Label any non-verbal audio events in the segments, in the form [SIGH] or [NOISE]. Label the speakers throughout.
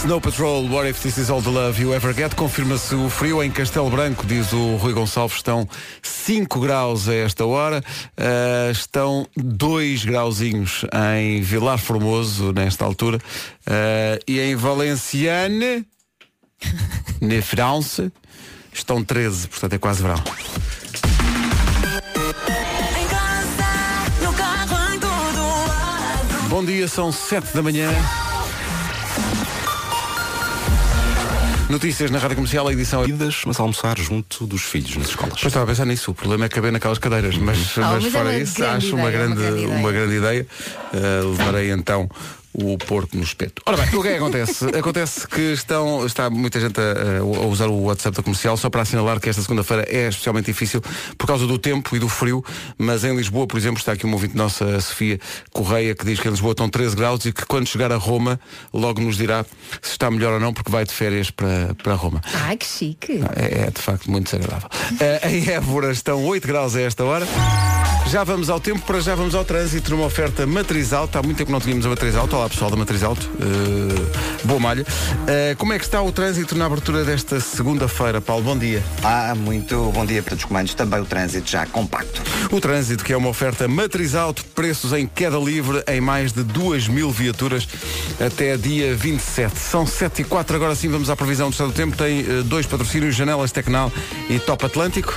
Speaker 1: Snow Patrol, What If This Is All the Love You Ever Get? Confirma-se o frio em Castelo Branco, diz o Rui Gonçalves. Estão 5 graus a esta hora, Ah, estão 2 grauzinhos em Vilar Formoso, nesta altura, Ah, e em Valenciane, [LAUGHS] na França, estão 13, portanto é quase verão.
Speaker 2: Em casa, no carro, em todo lado.
Speaker 1: Bom dia, são 7 da manhã. Notícias na Rádio Comercial, a edição é.
Speaker 3: Idas, mas almoçar junto dos filhos nas escolas. Uhum.
Speaker 1: Pois estava a pensar nisso, o problema é caber naquelas cadeiras, mas, mas
Speaker 4: mas é
Speaker 1: fora
Speaker 4: uma
Speaker 1: isso
Speaker 4: grande
Speaker 1: acho uma,
Speaker 4: ideia, uma
Speaker 1: grande,
Speaker 4: grande ideia.
Speaker 1: uma grande ideia. Uh, levarei então o porco no espeto. Ora bem, o que é que acontece? acontece que estão, está muita gente a, a usar o WhatsApp da comercial só para assinalar que esta segunda-feira é especialmente difícil por causa do tempo e do frio, mas em Lisboa, por exemplo, está aqui uma ouvinte nossa, a Sofia Correia, que diz que em Lisboa estão 13 graus e que quando chegar a Roma logo nos dirá se está melhor ou não, porque vai de férias para, para Roma.
Speaker 4: Ai, que chique.
Speaker 5: Ah,
Speaker 1: É, é, de facto muito desagradável. Eh, em Évora estão 8 graus a esta hora. Já vamos ao tempo, para já vamos ao trânsito numa oferta matriz alto. Há muito tempo que não tínhamos a matriz alto. Olá pessoal da matriz alto. Eh, boa malha. Eh, como é que está o trânsito na abertura desta segunda-feira, Paulo? Bom dia.
Speaker 6: Ah, muito bom dia para todos os comandos. Também o trânsito já compacto.
Speaker 1: O trânsito, que é uma oferta matriz alto, preços em queda livre em mais de 2 mil viaturas até dia 27. São 7 e 4, agora sim vamos à previsão do estado do tempo. Tem eh, dois patrocínios, Janelas Tecnal e Top Atlântico.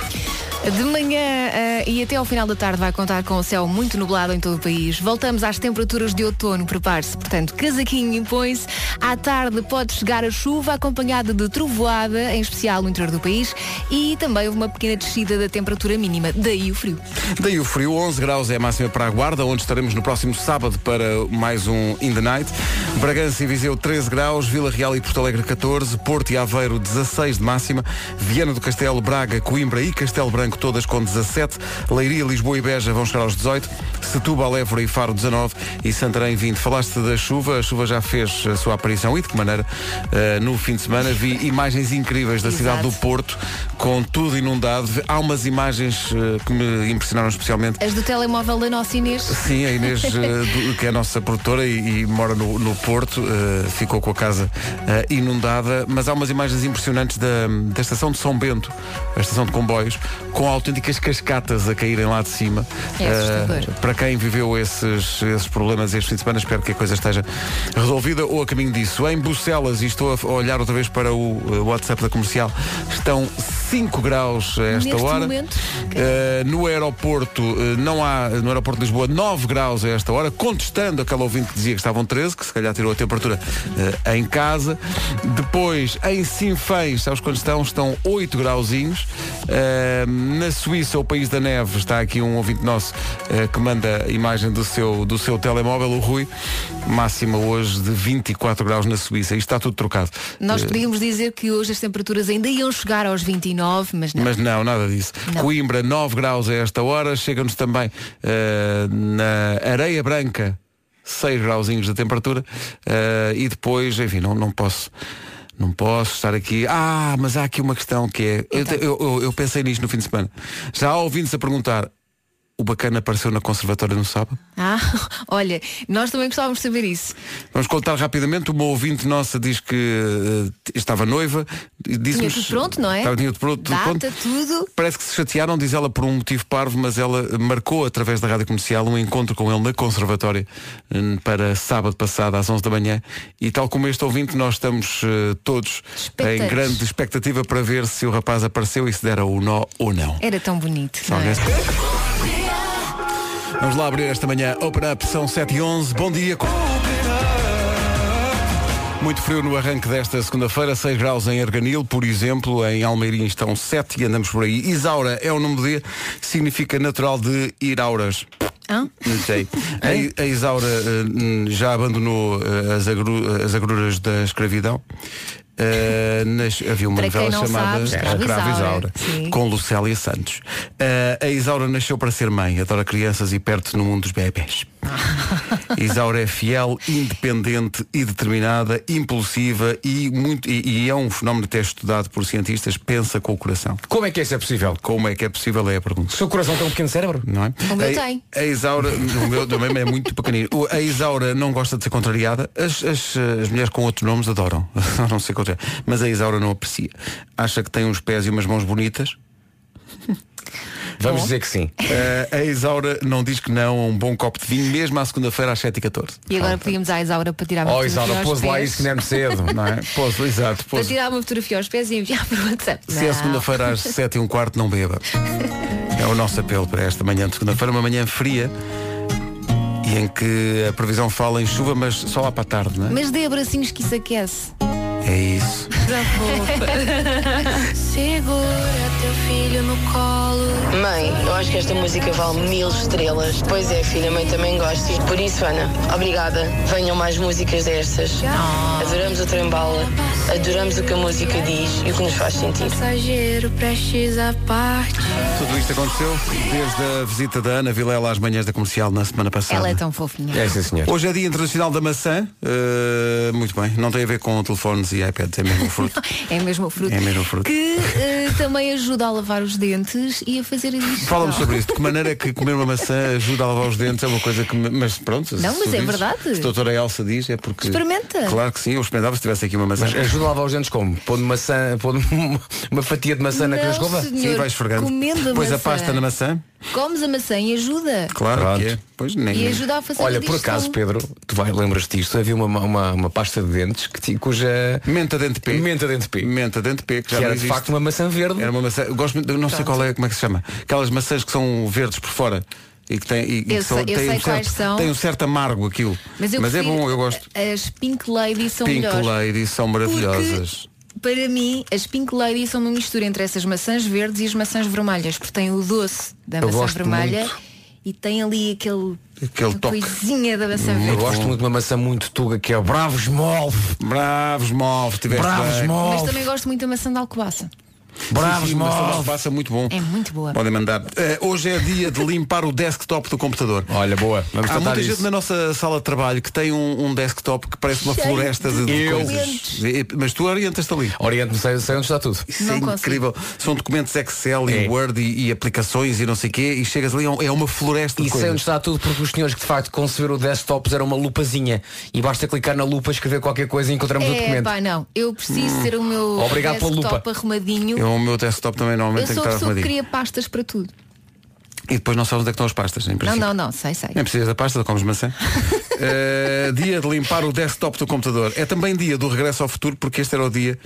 Speaker 4: De manhã eh, e até ao final da tarde vai contar com o céu muito nublado em todo o país. Voltamos às temperaturas de outono, prepare-se. Portanto, casaquinho impõe-se. À tarde pode chegar a chuva acompanhada de trovoada, em especial no interior do país. E também houve uma pequena descida da temperatura mínima, daí o frio.
Speaker 1: Daí o frio, 11 graus é a máxima para a Guarda, onde estaremos no próximo sábado para mais um In the Night. Bragança e Viseu 13 graus, Vila Real e Porto Alegre 14, Porto e Aveiro 16 de máxima, Viana do Castelo, Braga, Coimbra e Castelo Branco todas com 17, Leiria, Lisboa e Beja vão chegar aos 18, Setúbal, Évora e Faro 19 e Santarém 20. Falaste da chuva, a chuva já fez a sua aparição e de que maneira eh, no fim de semana vi imagens incríveis da cidade do
Speaker 4: Exato.
Speaker 1: Porto com tudo inundado. Há umas imagens eh, que me impressionaram especialmente.
Speaker 4: As do telemóvel da nossa Inês.
Speaker 1: Sim, a
Speaker 4: [LAUGHS]
Speaker 1: Inês, eh, do- que é a nossa produtora e, e mora no, no Porto, eh, ficou com a casa eh, inundada, mas há umas imagens impressionantes da, da estação de São Bento, a estação de comboios, com autênticas cascatas a caírem lá de cima.
Speaker 4: É assustador.
Speaker 1: Eh, para quem viveu esses, esses problemas este fim de semana, espero que a coisa esteja resolvida ou a caminho disso. Em Bucelas, e estou a olhar outra vez para o eh, WhatsApp da comercial, estão 5 graus a esta
Speaker 4: Neste
Speaker 1: hora.
Speaker 4: momento?
Speaker 1: Eh, no aeroporto, eh, não há, no aeroporto de Lisboa, 9 graus a esta hora, contestando aquela ouvinte que dizia que estavam 13, que se calhar tirou a temperatura eh, em casa. Depois, em Sinfãs, sabes quantos estão? Estão 8 grauzinhos. Eh, na Suíça, o país da neve, está aqui um ouvinte nosso eh, que manda a imagem do seu, do seu telemóvel, o Rui. Máxima hoje de 24 graus na Suíça. Isto está tudo trocado.
Speaker 4: Nós
Speaker 1: eh,
Speaker 4: podíamos dizer que hoje as temperaturas ainda iam chegar aos 29, mas não.
Speaker 1: Mas não, nada disso.
Speaker 4: Não.
Speaker 1: Coimbra, 9 graus a esta hora. Chega-nos também eh, na Areia Branca, 6 grauzinhos de temperatura. Eh, e depois, enfim, não, não posso. Não posso estar aqui. Ah, mas há aqui uma questão que é. eu
Speaker 4: Então.
Speaker 1: te- Eu, eu- eu pensei nisto no fim de semana. Já há ouvintes a perguntar. O bacana apareceu na conservatória no sábado?
Speaker 4: Ah, [LAUGHS] olha, nós também gostávamos de saber isso.
Speaker 1: Vamos contar rapidamente. Uma ouvinte nossa diz que eh, estava noiva. e
Speaker 4: Tinha
Speaker 1: Disse-nos,
Speaker 4: tudo pronto, não é?
Speaker 1: Estava, tinha tudo pronto. tudo
Speaker 4: Data,
Speaker 1: pronto.
Speaker 4: tudo.
Speaker 1: Parece que se chatearam, diz ela, por um motivo parvo, mas ela marcou através da rádio comercial um encontro com ele na Conservatória hum, para sábado passado, às 11 da manhã. E tal como este ouvinte, nós estamos eh, todos em
Speaker 4: Expectantes.
Speaker 1: grande expectativa para ver se o rapaz apareceu e se dera o nó ou não.
Speaker 4: Era tão bonito.
Speaker 1: Se
Speaker 4: não é?
Speaker 1: alguém- Vamos lá abrir esta manhã. Open Up, são 7 e 11 Bom dia. com- Muito frio no arranque desta segunda-feira, 6 graus em Arganil, por exemplo, em Almeirim estão 7 e andamos por aí. Isaura é o nome do dia, significa natural de Irauras.
Speaker 4: Hã?
Speaker 1: Não
Speaker 4: [LAUGHS]
Speaker 1: sei. A, a Isaura eh, hum, já abandonou eh, as, agru- as agruras da escravidão. Eh, nas- havia uma
Speaker 4: Para quem
Speaker 1: novela
Speaker 4: não
Speaker 1: chamada
Speaker 4: sabe, Escravo Isaura. Sim.
Speaker 1: com Lucélia Santos. Eh, a Isaura nasceu para ser mãe, adora crianças e perde-se no mundo dos bebés. Isaura é fiel, independente e determinada, impulsiva e, muito, e, e é um fenómeno até estudado por cientistas, pensa com o coração.
Speaker 5: Como é que isso é possível?
Speaker 1: Como é que é possível é a pergunta.
Speaker 5: O seu coração tem um pequeno cérebro?
Speaker 1: Não é?
Speaker 4: O meu
Speaker 1: a,
Speaker 4: tem.
Speaker 1: A Isaura, o meu também é muito pequenino. O- A Isaura não gosta de ser contrariada. As, as, as mulheres com outros nomes adoram. [LAUGHS] Adoram ser contrariadas. Mas a Isaura não aprecia. Acha que tem uns pés e umas mãos bonitas.
Speaker 5: Vamos
Speaker 4: Bom.
Speaker 5: dizer que sim.
Speaker 1: Eh, a Isaura não diz que não a um bom copo de vinho, mesmo à segunda-feira às 7h14.
Speaker 4: E agora pedimos à Isaura para tirar uma
Speaker 5: Oh,
Speaker 4: fotografia
Speaker 5: Isaura,
Speaker 4: aos
Speaker 5: pôs lá
Speaker 4: pés.
Speaker 5: isso que não é muito cedo.
Speaker 1: Não é? Posso, exato,
Speaker 4: Para
Speaker 1: posso.
Speaker 4: tirar uma fotografia aos pés e enviar para o WhatsApp.
Speaker 1: Se é
Speaker 4: Não.
Speaker 1: segunda-feira
Speaker 4: [LAUGHS]
Speaker 1: às 7 e um quarto, não beba. É o nosso apelo para esta manhã de segunda-feira, uma manhã fria e em que a previsão fala em chuva, mas só lá para a tarde, não é?
Speaker 4: Mas dê abracinhos que isso aquece.
Speaker 1: É isso.
Speaker 4: [LAUGHS]
Speaker 2: Segura é teu filho no colo.
Speaker 7: Mãe, eu acho que esta música vale mil estrelas. Pois é, filha, mãe também gosta. Por isso, Ana, obrigada. Venham mais músicas destas. Adoramos o trembala, adoramos o que a música diz e o que nos faz sentir.
Speaker 2: Passageiro, prestes à parte.
Speaker 1: Tudo isto aconteceu desde a visita da Ana Vilela às manhãs da comercial na semana passada.
Speaker 4: Ela é tão fofinha.
Speaker 5: É sim, senhor.
Speaker 1: Hoje é Dia Internacional da Maçã. Eh, muito bem, não tem a ver com telefones e iPads, é mesmo o
Speaker 4: [LAUGHS]
Speaker 1: fruto.
Speaker 4: É mesmo o fruto.
Speaker 1: É mesmo o fruto.
Speaker 4: Que eh, também ajuda a lavar os dentes e a fazer a digestão.
Speaker 1: Fala-me sobre isso. De que maneira é que comer uma maçã ajuda a lavar os dentes? É uma coisa que. me- Mas pronto. se
Speaker 4: Não, mas
Speaker 1: tu
Speaker 4: é
Speaker 1: dizes,
Speaker 4: verdade.
Speaker 1: Se a doutora Elsa diz, é porque.
Speaker 4: Experimenta.
Speaker 1: Claro que sim, eu experimentava se tivesse aqui uma maçã.
Speaker 5: Mas ajuda a lavar os dentes como? Pondo maçã, pondo uma, uma fatia de maçã na
Speaker 4: Não,
Speaker 5: escova?
Speaker 4: senhor.
Speaker 1: Sim, vai esfregando.
Speaker 4: comendo a
Speaker 1: Depois a
Speaker 4: maçã.
Speaker 1: pasta na maçã.
Speaker 4: Comes a maçã e ajuda.
Speaker 1: Claro
Speaker 5: Pronto.
Speaker 1: que é. Pois nem.
Speaker 4: E ajuda a fazer a
Speaker 5: Olha, por
Speaker 4: digestão.
Speaker 5: acaso, Pedro, tu vai, lembras-te disto? Havia uma, uma, uma pasta de dentes que ti- cuja
Speaker 1: Menta dente P.
Speaker 5: Menta dente P.
Speaker 1: Menta dente P, que
Speaker 5: que
Speaker 1: já não
Speaker 5: era de
Speaker 1: existe.
Speaker 5: facto uma maçã verde.
Speaker 1: Era uma maçã. Eu gosto muito, eu não sei qual é, como é que se chama. Aquelas maçãs que são verdes por fora. E que têm, e, e que
Speaker 4: Eu
Speaker 1: são,
Speaker 4: sei- eu
Speaker 1: têm
Speaker 4: sei
Speaker 1: um
Speaker 4: quais
Speaker 1: certo,
Speaker 4: são.
Speaker 1: Tem um certo amargo aquilo.
Speaker 4: Mas, eu
Speaker 1: é
Speaker 4: prefiro-
Speaker 1: bom, eu gosto.
Speaker 4: As Pink Lady são
Speaker 1: Pink
Speaker 4: melhores.
Speaker 1: Lady são maravilhosas.
Speaker 4: Porque, para mim, as Pink Lady são uma mistura entre essas maçãs verdes e as maçãs vermelhas, porque tem o doce da
Speaker 5: Eu
Speaker 4: maçã
Speaker 5: gosto
Speaker 4: vermelha
Speaker 5: muito.
Speaker 4: e tem ali aquele,
Speaker 1: Aquele toque.
Speaker 4: coisinha da maçã
Speaker 5: Eu
Speaker 4: verde.
Speaker 5: gosto muito de uma maçã muito tuga que é o Bravo Smolf.
Speaker 1: Bravos, move, tiveste
Speaker 5: Bravo
Speaker 1: bem.
Speaker 4: Mas
Speaker 5: Smolf.
Speaker 4: também gosto muito da maçã de alcobaça.
Speaker 5: Bravo
Speaker 1: Sim, sim, mas também
Speaker 5: Smolf.
Speaker 1: passa muito bom.
Speaker 4: É muito boa.
Speaker 1: Podem mandar. Eh, hoje é dia de limpar o desktop do computador.
Speaker 5: Olha, boa. Vamos
Speaker 1: Há
Speaker 5: tratar
Speaker 1: muita
Speaker 5: disso.
Speaker 1: gente na nossa sala de trabalho que tem um, um desktop que parece uma
Speaker 4: Cheio
Speaker 1: floresta de, de
Speaker 4: de
Speaker 1: coisas.
Speaker 4: documentos.
Speaker 1: E- Mas tu orientas-te ali.
Speaker 5: Oriente-me, sei, sei onde está tudo.
Speaker 1: Isso
Speaker 4: Não
Speaker 1: é
Speaker 4: consigo.
Speaker 1: incrível. São documentos Excel e
Speaker 5: É.
Speaker 1: Word e, e aplicações e não sei o quê e chegas ali, é um- é uma floresta de
Speaker 5: E sei onde
Speaker 1: coisas.
Speaker 5: está tudo porque os senhores que de facto conceberam o desktop era uma lupazinha e basta clicar na lupa, escrever qualquer coisa e encontramos o
Speaker 4: É,
Speaker 5: documento.
Speaker 4: pá, não. Eu
Speaker 1: Hum.
Speaker 4: preciso ter o meu
Speaker 5: Obrigado pela
Speaker 4: desktop
Speaker 5: lupa.
Speaker 4: arrumadinho.
Speaker 1: Eu, É o meu desktop também
Speaker 4: Eu
Speaker 1: normalmente tem
Speaker 4: sou
Speaker 1: que
Speaker 4: a
Speaker 1: estar
Speaker 4: pessoa que
Speaker 1: arrumadinho.
Speaker 4: cria pastas para tudo.
Speaker 1: E depois não sabes onde é que estão as pastas, em
Speaker 4: Não,
Speaker 1: princípio.
Speaker 4: não, não, sei, sei.
Speaker 1: Nem precisas da pasta, comes
Speaker 4: [LAUGHS]
Speaker 1: maçã. Eh, dia de limpar o desktop do computador. É também dia do regresso ao futuro, porque este era o dia,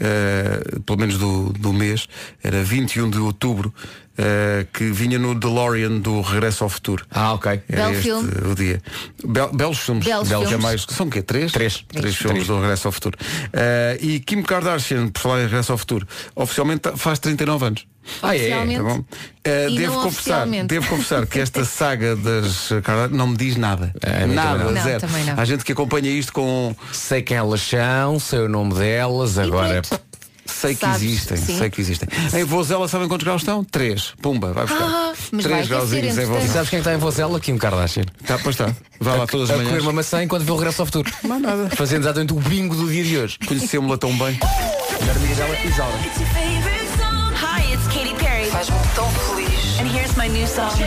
Speaker 1: eh, pelo menos do, do mês, era 21 de outubro, eh, que vinha no DeLorean do Regresso ao Futuro.
Speaker 5: Ah, ok.
Speaker 1: Era
Speaker 4: Belo
Speaker 1: este
Speaker 4: filme.
Speaker 1: o dia. Bel- belos filmes.
Speaker 4: Belos
Speaker 1: que é
Speaker 4: filmes.
Speaker 1: mais- são o quê? Três?
Speaker 5: Três.
Speaker 1: Três
Speaker 5: Três.
Speaker 1: filmes do Regresso ao Futuro. Eh, e Kim Kardashian, por falar em Regresso ao Futuro, oficialmente tá- faz 39 anos.
Speaker 5: Ah, é,
Speaker 4: Oficialmente.
Speaker 1: Tá bom? Eh,
Speaker 4: E
Speaker 1: devo,
Speaker 4: não
Speaker 1: confessar,
Speaker 4: oficialmente.
Speaker 1: devo confessar que
Speaker 4: [LAUGHS]
Speaker 1: esta saga das Kardashian eh, não me diz nada.
Speaker 5: É, a mim
Speaker 1: nada,
Speaker 5: também
Speaker 4: não.
Speaker 1: zero.
Speaker 4: Não, também não.
Speaker 1: Há gente que acompanha isto com
Speaker 5: Sei quem elas são, sei o nome delas, agora.
Speaker 4: pronto.
Speaker 1: sei que
Speaker 4: Sabes,
Speaker 1: existem,
Speaker 4: sim.
Speaker 1: sei que existem. Em Vozela sabem quantos graus estão? Três. Pumba, vai buscar.
Speaker 4: Ah, mas vai
Speaker 1: Três
Speaker 4: aquecer,
Speaker 1: grauzinhos em
Speaker 4: entretanto.
Speaker 5: E
Speaker 1: Vozela.
Speaker 5: sabes quem está em vozela? Kim um Kardashian.
Speaker 1: Tá, pois está. Vá lá todas
Speaker 5: a
Speaker 1: as
Speaker 5: comer
Speaker 1: manhãs.
Speaker 5: uma maçã enquanto vê o regresso ao futuro.
Speaker 1: Mais nada.
Speaker 5: Fazendo exatamente o bingo do dia de hoje.
Speaker 1: Conhecemos-la tão bem.
Speaker 5: é
Speaker 2: It's your favorite song.
Speaker 8: Hi, it's Katy Perry.
Speaker 7: Faz-me
Speaker 2: um
Speaker 7: tão feliz.
Speaker 8: And here's my new song.
Speaker 2: To the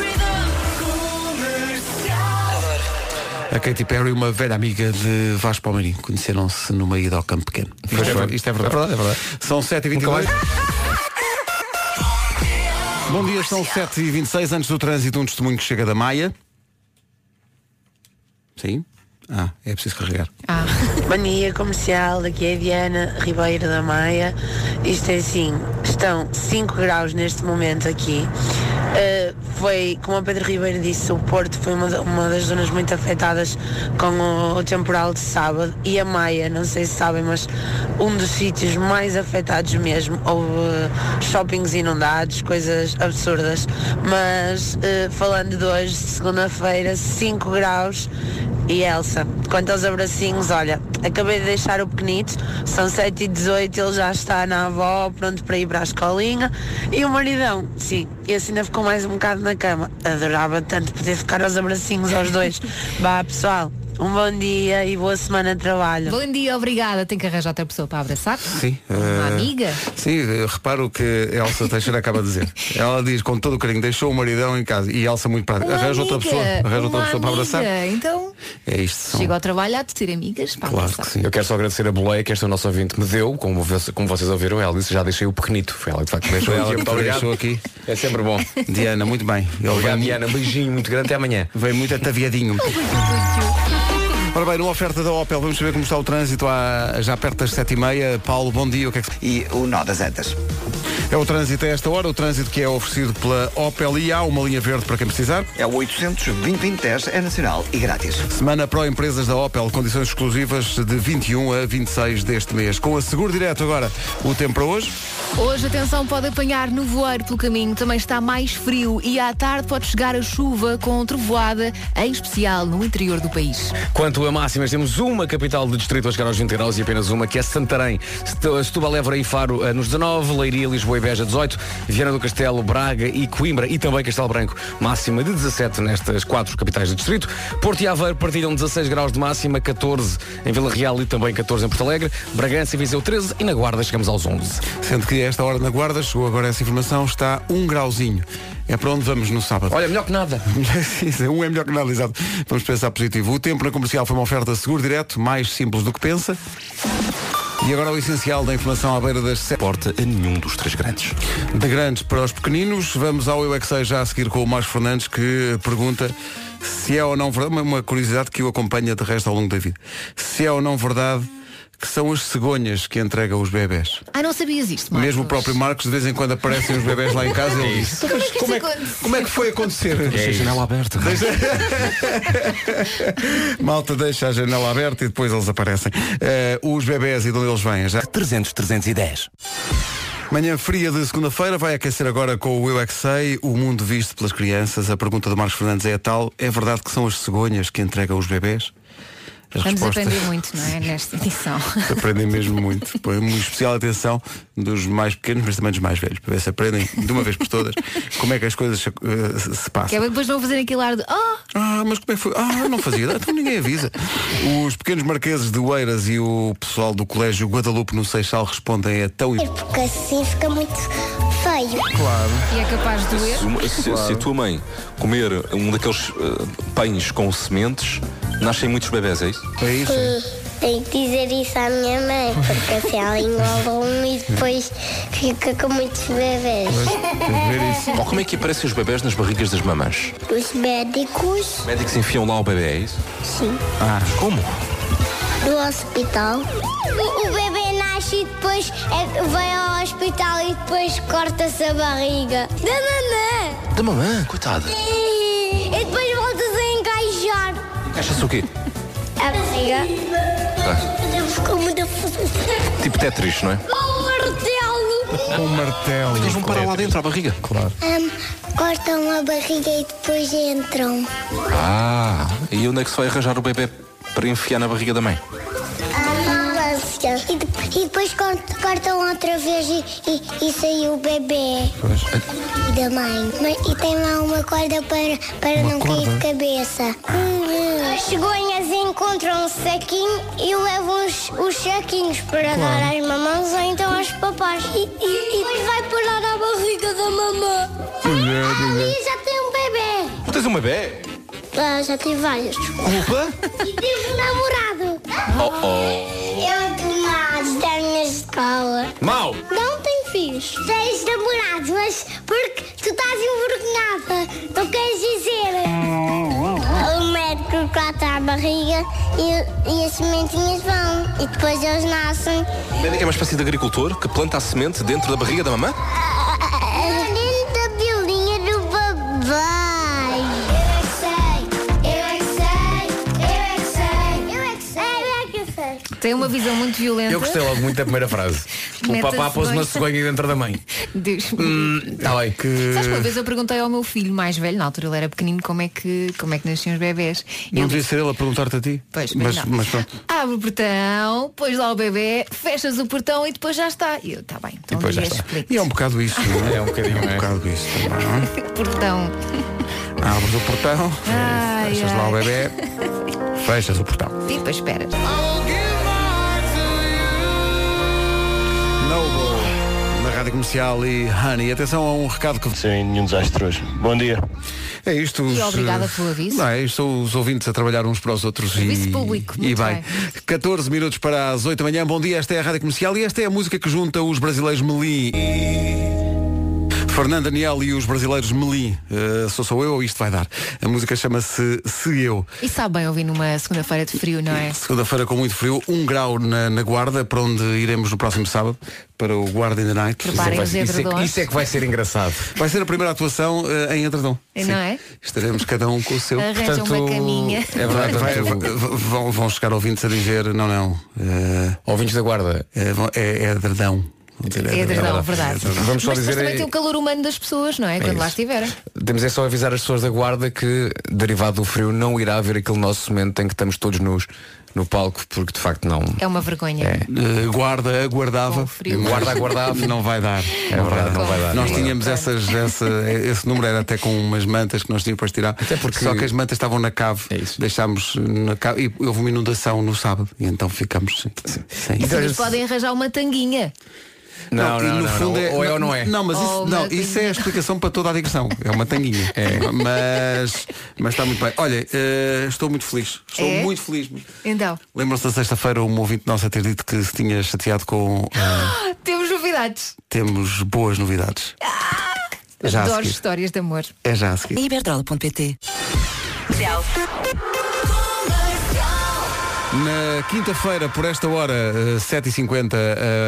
Speaker 2: rhythm.
Speaker 1: A Katy Perry, uma velha amiga de Vasco Palmeirinho. Conheceram-se numa ida ao campo pequeno. Isto,
Speaker 5: foi.
Speaker 1: isto é verdade.
Speaker 5: É verdade, é verdade.
Speaker 1: São 7h22.
Speaker 5: Nunca
Speaker 1: Bom dia, são 7h26. Antes do trânsito, um testemunho que chega da Maia. Sim? Ah, é preciso carregar.
Speaker 4: Ah,
Speaker 9: [LAUGHS] Mania comercial, daqui é a Diana Ribeiro da Maia. Isto é assim, estão 5 graus neste momento aqui. Uh, foi, como o Pedro Ribeiro disse, o Porto foi uma, da- uma das zonas muito afetadas com o, o temporal de sábado e a Maia, não sei se sabem, mas um dos sítios mais afetados mesmo. Houve uh, shoppings inundados, coisas absurdas. Mas uh, falando de hoje, segunda-feira, 5 graus. E Elsa, quanto aos abracinhos, olha, Acabei de deixar o pequenito, são 7 e 18 ele já está na avó, pronto para ir para a escolinha. E o maridão, sim, esse ainda ficou mais um bocado na cama. Adorava tanto poder ficar aos abracinhos aos
Speaker 4: [LAUGHS]
Speaker 9: dois. Vá, pessoal, um bom dia e boa semana de trabalho.
Speaker 4: Bom dia, obrigada. Tem que arranjar outra pessoa para abraçar?
Speaker 1: Sim. eh,
Speaker 4: Uma amiga?
Speaker 1: Sim, eh, repara o que a Elsa Teixeira acaba de
Speaker 4: [LAUGHS]
Speaker 1: dizer. Ela diz com todo o carinho, deixou o maridão em casa. E Elsa muito prática.
Speaker 4: Uma
Speaker 1: Arranja outra
Speaker 4: amiga,
Speaker 1: pessoa. Arranja outra
Speaker 4: uma
Speaker 1: pessoa para
Speaker 4: amiga.
Speaker 1: abraçar.
Speaker 4: Então,
Speaker 1: É isto. São...
Speaker 4: chega ao trabalho a ter amigas para
Speaker 1: Claro
Speaker 4: abraçar.
Speaker 1: que sim.
Speaker 5: Eu quero só agradecer a boleia que este é o nosso ouvinte me deu, como, vo- como vocês ouviram, ela disse já deixei o pequenito. Foi ela que de facto deixou
Speaker 1: Foi ela
Speaker 5: aqui,
Speaker 1: que
Speaker 5: muito
Speaker 1: te
Speaker 5: obrigado.
Speaker 1: deixou aqui.
Speaker 5: É sempre bom.
Speaker 1: Diana, muito bem. Ele
Speaker 5: Obrigado,
Speaker 1: vem-
Speaker 5: Diana. um Beijinho muito grande. Até amanhã.
Speaker 1: Veio muito ataviadinho. Ora bem, numa oferta da Opel, vamos saber como está o trânsito à- já perto das 7h30. Paulo, bom dia. O que é, que se-
Speaker 6: E o nó das antas.
Speaker 1: é o trânsito a esta hora? O trânsito que é oferecido pela Opel e há uma linha verde para quem precisar.
Speaker 6: É o 800 é nacional e grátis.
Speaker 1: Semana Pro Empresas da Opel, condições exclusivas de 21 a 26 deste mês. Com a Seguro Direto agora, o tempo para hoje.
Speaker 4: Hoje, atenção, pode apanhar no voeiro pelo caminho, também está mais frio e à tarde pode chegar a chuva com trovoada, em especial no interior do país.
Speaker 5: Quanto a máximas, temos uma capital de distrito a chegar aos 20 graus e apenas uma, que é Santarém. Setu- Setúbal, Évora e Faro eh, nos 19, Leiria, Lisboa e Beja 18, Viana do Castelo, Braga e Coimbra e também Castelo Branco, máxima de 17 nestas quatro capitais de distrito. Porto e Aveiro partilham 16 graus de máxima, 14 em Vila Real e também 14 em Porto Alegre, Bragança e Viseu 13 e na Guarda chegamos aos 11.
Speaker 1: Sendo que a esta hora na guarda chegou agora essa informação, está um grauzinho. É para onde vamos no sábado.
Speaker 5: Olha, melhor que nada.
Speaker 1: [LAUGHS] Sim, um é melhor que nada, exato. Vamos pensar positivo. O tempo na comercial foi uma oferta seguro direto, mais simples do que pensa. E agora o essencial da informação à beira das sete.
Speaker 3: Porta a nenhum dos três grandes.
Speaker 1: De grandes para os pequeninos, vamos ao Eu é que Sei já a seguir com o Marcos Fernandes que pergunta se é ou não verdade, uma- uma curiosidade que o acompanha de resto ao longo da vida, se é ou não verdade que são as cegonhas que entregam os bebés.
Speaker 4: Ah, não sabias isto, Marcos?
Speaker 1: Mesmo o próprio Marcos, de vez em quando aparecem os bebés lá em casa e ele diz, "Então, mas
Speaker 4: Como
Speaker 1: como
Speaker 4: é
Speaker 1: é,
Speaker 4: que isto
Speaker 1: que,
Speaker 4: aconteceu?"
Speaker 1: como é que foi acontecer?
Speaker 3: a janela aberta.
Speaker 1: Malta deixa a janela aberta e depois eles aparecem. Eh, os bebés e de onde eles vêm já.
Speaker 3: 300, 310.
Speaker 1: Manhã fria de segunda-feira vai aquecer agora com o Eu é Que Sei, o mundo visto pelas crianças. A pergunta do Marcos Fernandes é a tal, é verdade que são as cegonhas que entregam os bebés? As
Speaker 4: Vamos
Speaker 1: respostas-
Speaker 4: aprender muito, não é? Nesta edição.
Speaker 1: [LAUGHS] Aprendem mesmo
Speaker 4: [LAUGHS]
Speaker 1: muito. Põe uma especial atenção dos mais pequenos, mas também dos mais velhos, para ver se aprendem de uma vez por todas como é que as coisas eh, se- se passam.
Speaker 4: que é bem que depois vão fazer aquele ar de. Oh,
Speaker 1: Ah, mas como é que foi? Ah, não fazia. ideia. Então ninguém avisa. Os pequenos marqueses de Oeiras e o pessoal do Colégio Guadalupe no Seixal respondem é tão...
Speaker 10: Porque assim fica muito feio.
Speaker 4: e é capaz de doer.
Speaker 3: Se, uma- se- se a tua mãe comer um daqueles eh, pães com sementes, nascem muitos bebés, é isso?
Speaker 1: É isso? é?
Speaker 10: Eh, Tenho que dizer isso à minha mãe, porque
Speaker 1: [LAUGHS]
Speaker 10: assim ela engola um e depois fica com muitos bebês.
Speaker 3: Ou como é que aparecem os bebés nas barrigas das mamãs?
Speaker 10: Os médicos
Speaker 3: Médicos enfiam lá o bebê, é isso?
Speaker 10: Sim.
Speaker 3: Ah, como?
Speaker 10: do hospital. O, o bebê nasce e depois é- vai ao hospital e depois corta-se a barriga. Da mamã!
Speaker 3: Da mamã, coitada.
Speaker 10: E depois voltas a encaixar
Speaker 3: Acha-se o quê?
Speaker 10: a barriga.
Speaker 3: Tá.
Speaker 10: Ficou muito fofo.
Speaker 3: Tipo Tetris, não é?
Speaker 10: Um martelo!
Speaker 1: Com um martelo.
Speaker 3: Eles vão parar lá dentro, à barriga. Claro.
Speaker 10: cortam a barriga e depois entram.
Speaker 3: Ah, e onde é que se vai arranjar o bebê para enfiar na barriga da mãe?
Speaker 10: E, de- e depois cort- cortam outra vez e, e, e saiu o bebê. E da mãe. Mãe, E tem lá uma corda para, para não cair de cabeça. As cegonhas encontram um saquinho e levam os, os saquinhos para dar às mamãs ou então aos papás. E, e, e depois vai parar na barriga da mamã.
Speaker 3: né?
Speaker 10: Ali já tem um bebê.
Speaker 3: Tu tens um bebê?
Speaker 10: Ah, já tem vários.
Speaker 3: Opa!
Speaker 10: E tive um namorado.
Speaker 3: Oh, oh.
Speaker 10: Eu demais da minha escola.
Speaker 3: Mau!
Speaker 10: Não tem filhos. Tens namorado, mas porque tu estás envergonhada. Não queres dizer.
Speaker 3: Ah.
Speaker 10: O médico corta a barriga e, e as sementinhas vão. E depois eles nascem.
Speaker 3: O médico é uma espécie de agricultor que planta a semente dentro da barriga da mamã?
Speaker 10: Dentro da piolinha do babai. Eu é que sei. Eu é que sei. Eu é que sei. Eu é que sei. Eu é que sei.
Speaker 4: Tem uma visão muito violenta.
Speaker 5: Eu gostei logo muito da primeira frase. O
Speaker 4: Mete a
Speaker 5: papá pôs uma
Speaker 4: cegonha.
Speaker 5: cegonha dentro da
Speaker 4: [LAUGHS]
Speaker 5: mãe.
Speaker 4: Deus me
Speaker 5: Hum, tá bem.
Speaker 4: Sabes que
Speaker 1: eh,
Speaker 4: uma vez eu perguntei ao meu filho mais velho, na altura ele era pequenino, como é que, como é que nasciam os bebés. E
Speaker 1: Não
Speaker 4: ele
Speaker 1: devia ser ele a perguntar-te a ti?
Speaker 4: Pois, mas
Speaker 1: mas,
Speaker 4: não.
Speaker 1: mas pronto.
Speaker 4: Abre o portão, pões lá o bebê, fechas o portão e depois já está. E eu, tá bem, então
Speaker 1: Depois já
Speaker 4: ninguém
Speaker 1: está.
Speaker 4: explica.
Speaker 1: E é um bocado isso, não é? É um bocadinho, é um bocado isso também, não
Speaker 4: [LAUGHS]
Speaker 1: é?
Speaker 4: Portão.
Speaker 1: Abres o portão,
Speaker 4: Ai,
Speaker 1: fechas
Speaker 4: ai.
Speaker 1: É lá o bebê, fechas o portão.
Speaker 4: E depois esperas.
Speaker 1: Noble, na Rádio Comercial e Honey. Atenção a um recado que... Sem nenhum desastre hoje. Bom dia. É isto. Os,
Speaker 4: E obrigada pelo aviso.
Speaker 1: Não, é isto são os ouvintes a trabalhar uns para os outros.
Speaker 4: Serviço
Speaker 1: e,
Speaker 4: público,
Speaker 1: E
Speaker 4: muito
Speaker 1: bem.
Speaker 4: bem.
Speaker 1: 14 minutos para as 8 da manhã. Bom dia, esta é a Rádio Comercial e esta é a música que junta os brasileiros Meli. Fernando Daniel e os brasileiros Meli. Eh, sou sou eu ou isto vai dar? A música chama-se Se Eu.
Speaker 4: E sabe bem ouvir numa segunda-feira de frio, não é?
Speaker 1: Segunda-feira com muito frio, um grau na, na guarda, para onde iremos no próximo sábado, para o Guarda in the Night.
Speaker 4: Preparem Isso é que os vai- isso é que- edredons. isso é
Speaker 1: que vai ser engraçado. Vai ser a primeira atuação eh, em Entredão.
Speaker 4: Não é?
Speaker 1: Estaremos cada um com o seu.
Speaker 4: Arranjam uma caminha.
Speaker 1: É verdade, vai- v- vão, vão chegar ouvintes a dizer, não, não. ouvintes da guarda. É, vão- é, é edredão. Vão dizer,
Speaker 4: É edredão,
Speaker 1: edredão.
Speaker 4: verdade.
Speaker 1: É edredão.
Speaker 5: Vamos só
Speaker 4: Mas depois
Speaker 5: dizer
Speaker 4: também
Speaker 5: aí-
Speaker 4: tem o calor humano das pessoas, não é? Quando lá estiverem.
Speaker 5: Temos é só avisar as pessoas da guarda que, derivado do frio, não irá haver aquele nosso momento em que estamos todos nus no palco, porque de facto não.
Speaker 4: É uma vergonha.
Speaker 1: Eh, guarda aguardava.
Speaker 4: frio.
Speaker 1: Guarda aguardava. não vai dar. É
Speaker 5: verdade, não vai dar,
Speaker 1: Nós
Speaker 5: não vai
Speaker 1: tínhamos essas, essa, esse número, era até com umas mantas que nós tínhamos para tirar. Até porque... É Só que as mantas estavam na cave. Deixámos na cave. E houve uma inundação no sábado. E então ficamos sem. sem-
Speaker 4: Vocês podem arranjar uma tanguinha.
Speaker 1: Não,
Speaker 5: não,
Speaker 1: e no
Speaker 5: não,
Speaker 1: fundo
Speaker 5: não.
Speaker 1: É,
Speaker 5: Ou é ou não é?
Speaker 1: Não, mas
Speaker 4: Ou
Speaker 1: isso,
Speaker 4: uma
Speaker 1: não, isso é a explicação para toda a digressão. É
Speaker 5: [LAUGHS]
Speaker 1: uma tanguinha. Mas, mas está muito bem. Olha, eh, estou muito feliz. Estou
Speaker 4: É?
Speaker 1: muito feliz.
Speaker 4: Então, [GASPS]
Speaker 1: Lembram-se da sexta-feira um ouvinte nosso a ter dito que se tinha chateado com. eh,
Speaker 4: temos novidades.
Speaker 1: temos boas novidades. Já a
Speaker 4: Ah, Adoro
Speaker 1: seguir.
Speaker 4: histórias de amor.
Speaker 1: É já a seguir.
Speaker 4: Iberdrola.pt
Speaker 1: Na quinta-feira, por esta hora, eh, 7h50,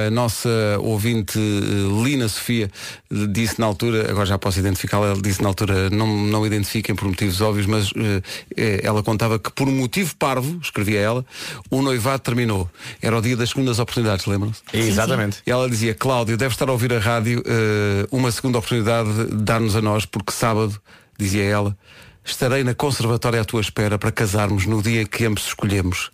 Speaker 1: a nossa ouvinte eh, Lina Sofia eh, disse na altura, agora já posso identificá-la, ela disse na altura, não, não me identifiquem por motivos óbvios, mas eh, eh, ela contava que por um motivo parvo, escrevia ela, o noivado terminou. Era o dia das segundas oportunidades, lembram-se?
Speaker 5: Exatamente.
Speaker 1: E ela dizia, Cláudio, deve estar a ouvir a rádio eh, uma segunda oportunidade de dar-nos a nós, porque sábado, dizia ela, estarei na conservatória à tua espera para casarmos no dia que ambos escolhemos.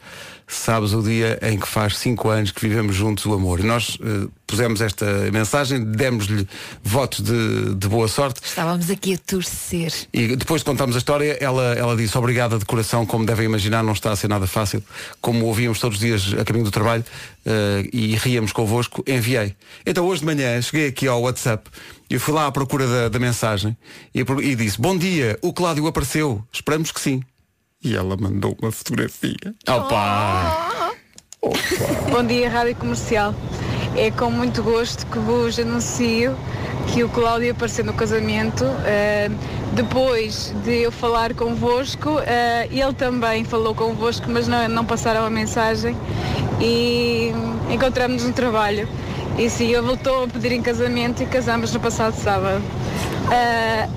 Speaker 1: Sabes o dia em que faz cinco anos que vivemos juntos o amor. E nós eh, pusemos esta mensagem, demos-lhe votos de, de boa sorte.
Speaker 4: Estávamos aqui a torcer.
Speaker 1: E depois de contarmos a história, ela, ela disse obrigada de coração, como devem imaginar, não está a ser nada fácil. Como ouvíamos todos os dias a caminho do trabalho eh, e ríamos convosco, enviei. Então hoje de manhã cheguei aqui ao WhatsApp e fui lá à procura da, da mensagem e, pro- e disse, bom dia, o Cláudio apareceu, esperamos que sim. E ela mandou uma fotografia. Opa!
Speaker 11: Bom dia, Rádio Comercial. É com muito gosto que vos anuncio que o Cláudio apareceu no casamento. Ah, depois de eu falar convosco, ah, ele também falou convosco, mas não, não passaram a mensagem. E encontramos no trabalho. E sim, ele voltou a pedir em casamento e casamos no passado sábado. Ah,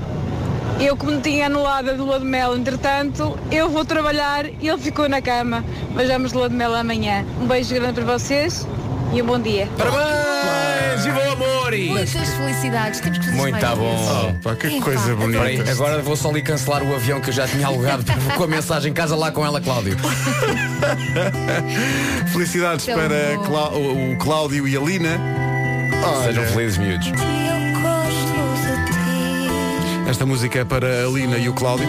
Speaker 11: eu como tinha anulado a de lua de mel, entretanto, eu vou trabalhar e ele ficou na cama. Mas vamos de lua de mel amanhã. Um beijo grande para vocês e um bom dia.
Speaker 5: Parabéns! E bom amor!
Speaker 4: Muitas felicidades. Temos que fazer
Speaker 5: Muito
Speaker 4: mais
Speaker 5: bom.
Speaker 4: vezes. Epá,
Speaker 5: Peraí, agora vou só ali cancelar o avião que eu já tinha alugado [LAUGHS] com a mensagem casa lá com ela, Cláudio.
Speaker 1: Felicidades
Speaker 5: Tão
Speaker 1: para
Speaker 5: bom.
Speaker 1: Clá- o, o Cláudio e a Lina.
Speaker 5: Sejam felizes, miúdos.
Speaker 1: Esta música é para a Lina e o Cláudio,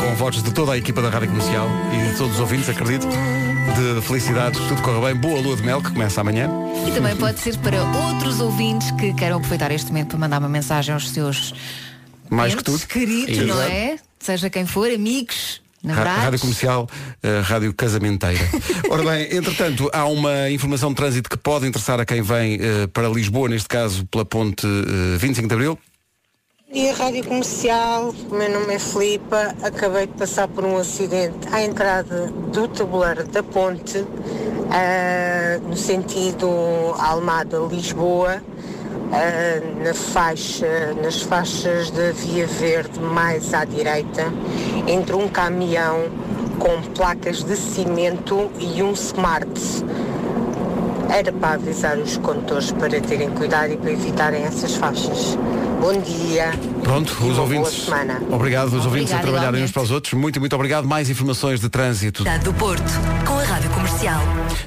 Speaker 1: com votos de toda a equipa da Rádio Comercial e de todos os ouvintes, acredito, de felicidades, que tudo corra bem, boa lua de mel, que começa amanhã.
Speaker 4: E também pode ser para outros ouvintes que queiram aproveitar este momento para mandar uma mensagem aos seus
Speaker 1: Mais que
Speaker 4: entes
Speaker 1: tudo.
Speaker 4: queridos,
Speaker 1: Exato.
Speaker 4: não é? Seja quem for, amigos,
Speaker 1: Ra- Rádio
Speaker 4: namorados.
Speaker 1: Comercial, eh,
Speaker 12: [LAUGHS]
Speaker 1: Rádio Casamenteira. Ora bem, entretanto, há uma informação de trânsito que pode interessar a quem vem eh, para Lisboa, neste caso pela ponte eh, 25 de Abril.
Speaker 12: Bom dia, Rádio Comercial. O meu nome é Filipa. Acabei de passar por um acidente à entrada do tabuleiro da ponte, ah, no sentido Almada-Lisboa, ah, na faixa, nas faixas da Via Verde, mais à direita, entre um caminhão com placas de cimento e um smart. Era para avisar os condutores para terem cuidado e para evitarem essas faixas. Bom dia.
Speaker 1: Pronto,
Speaker 12: e
Speaker 1: os
Speaker 12: uma
Speaker 1: ouvintes.
Speaker 12: Boa semana.
Speaker 1: Obrigado, os ouvintes a
Speaker 12: Obrigada,
Speaker 1: trabalharem uns
Speaker 12: igualmente.
Speaker 1: para os outros. Muito, muito obrigado. Mais informações de trânsito.
Speaker 2: Cidade do Porto, com a Rádio Comercial.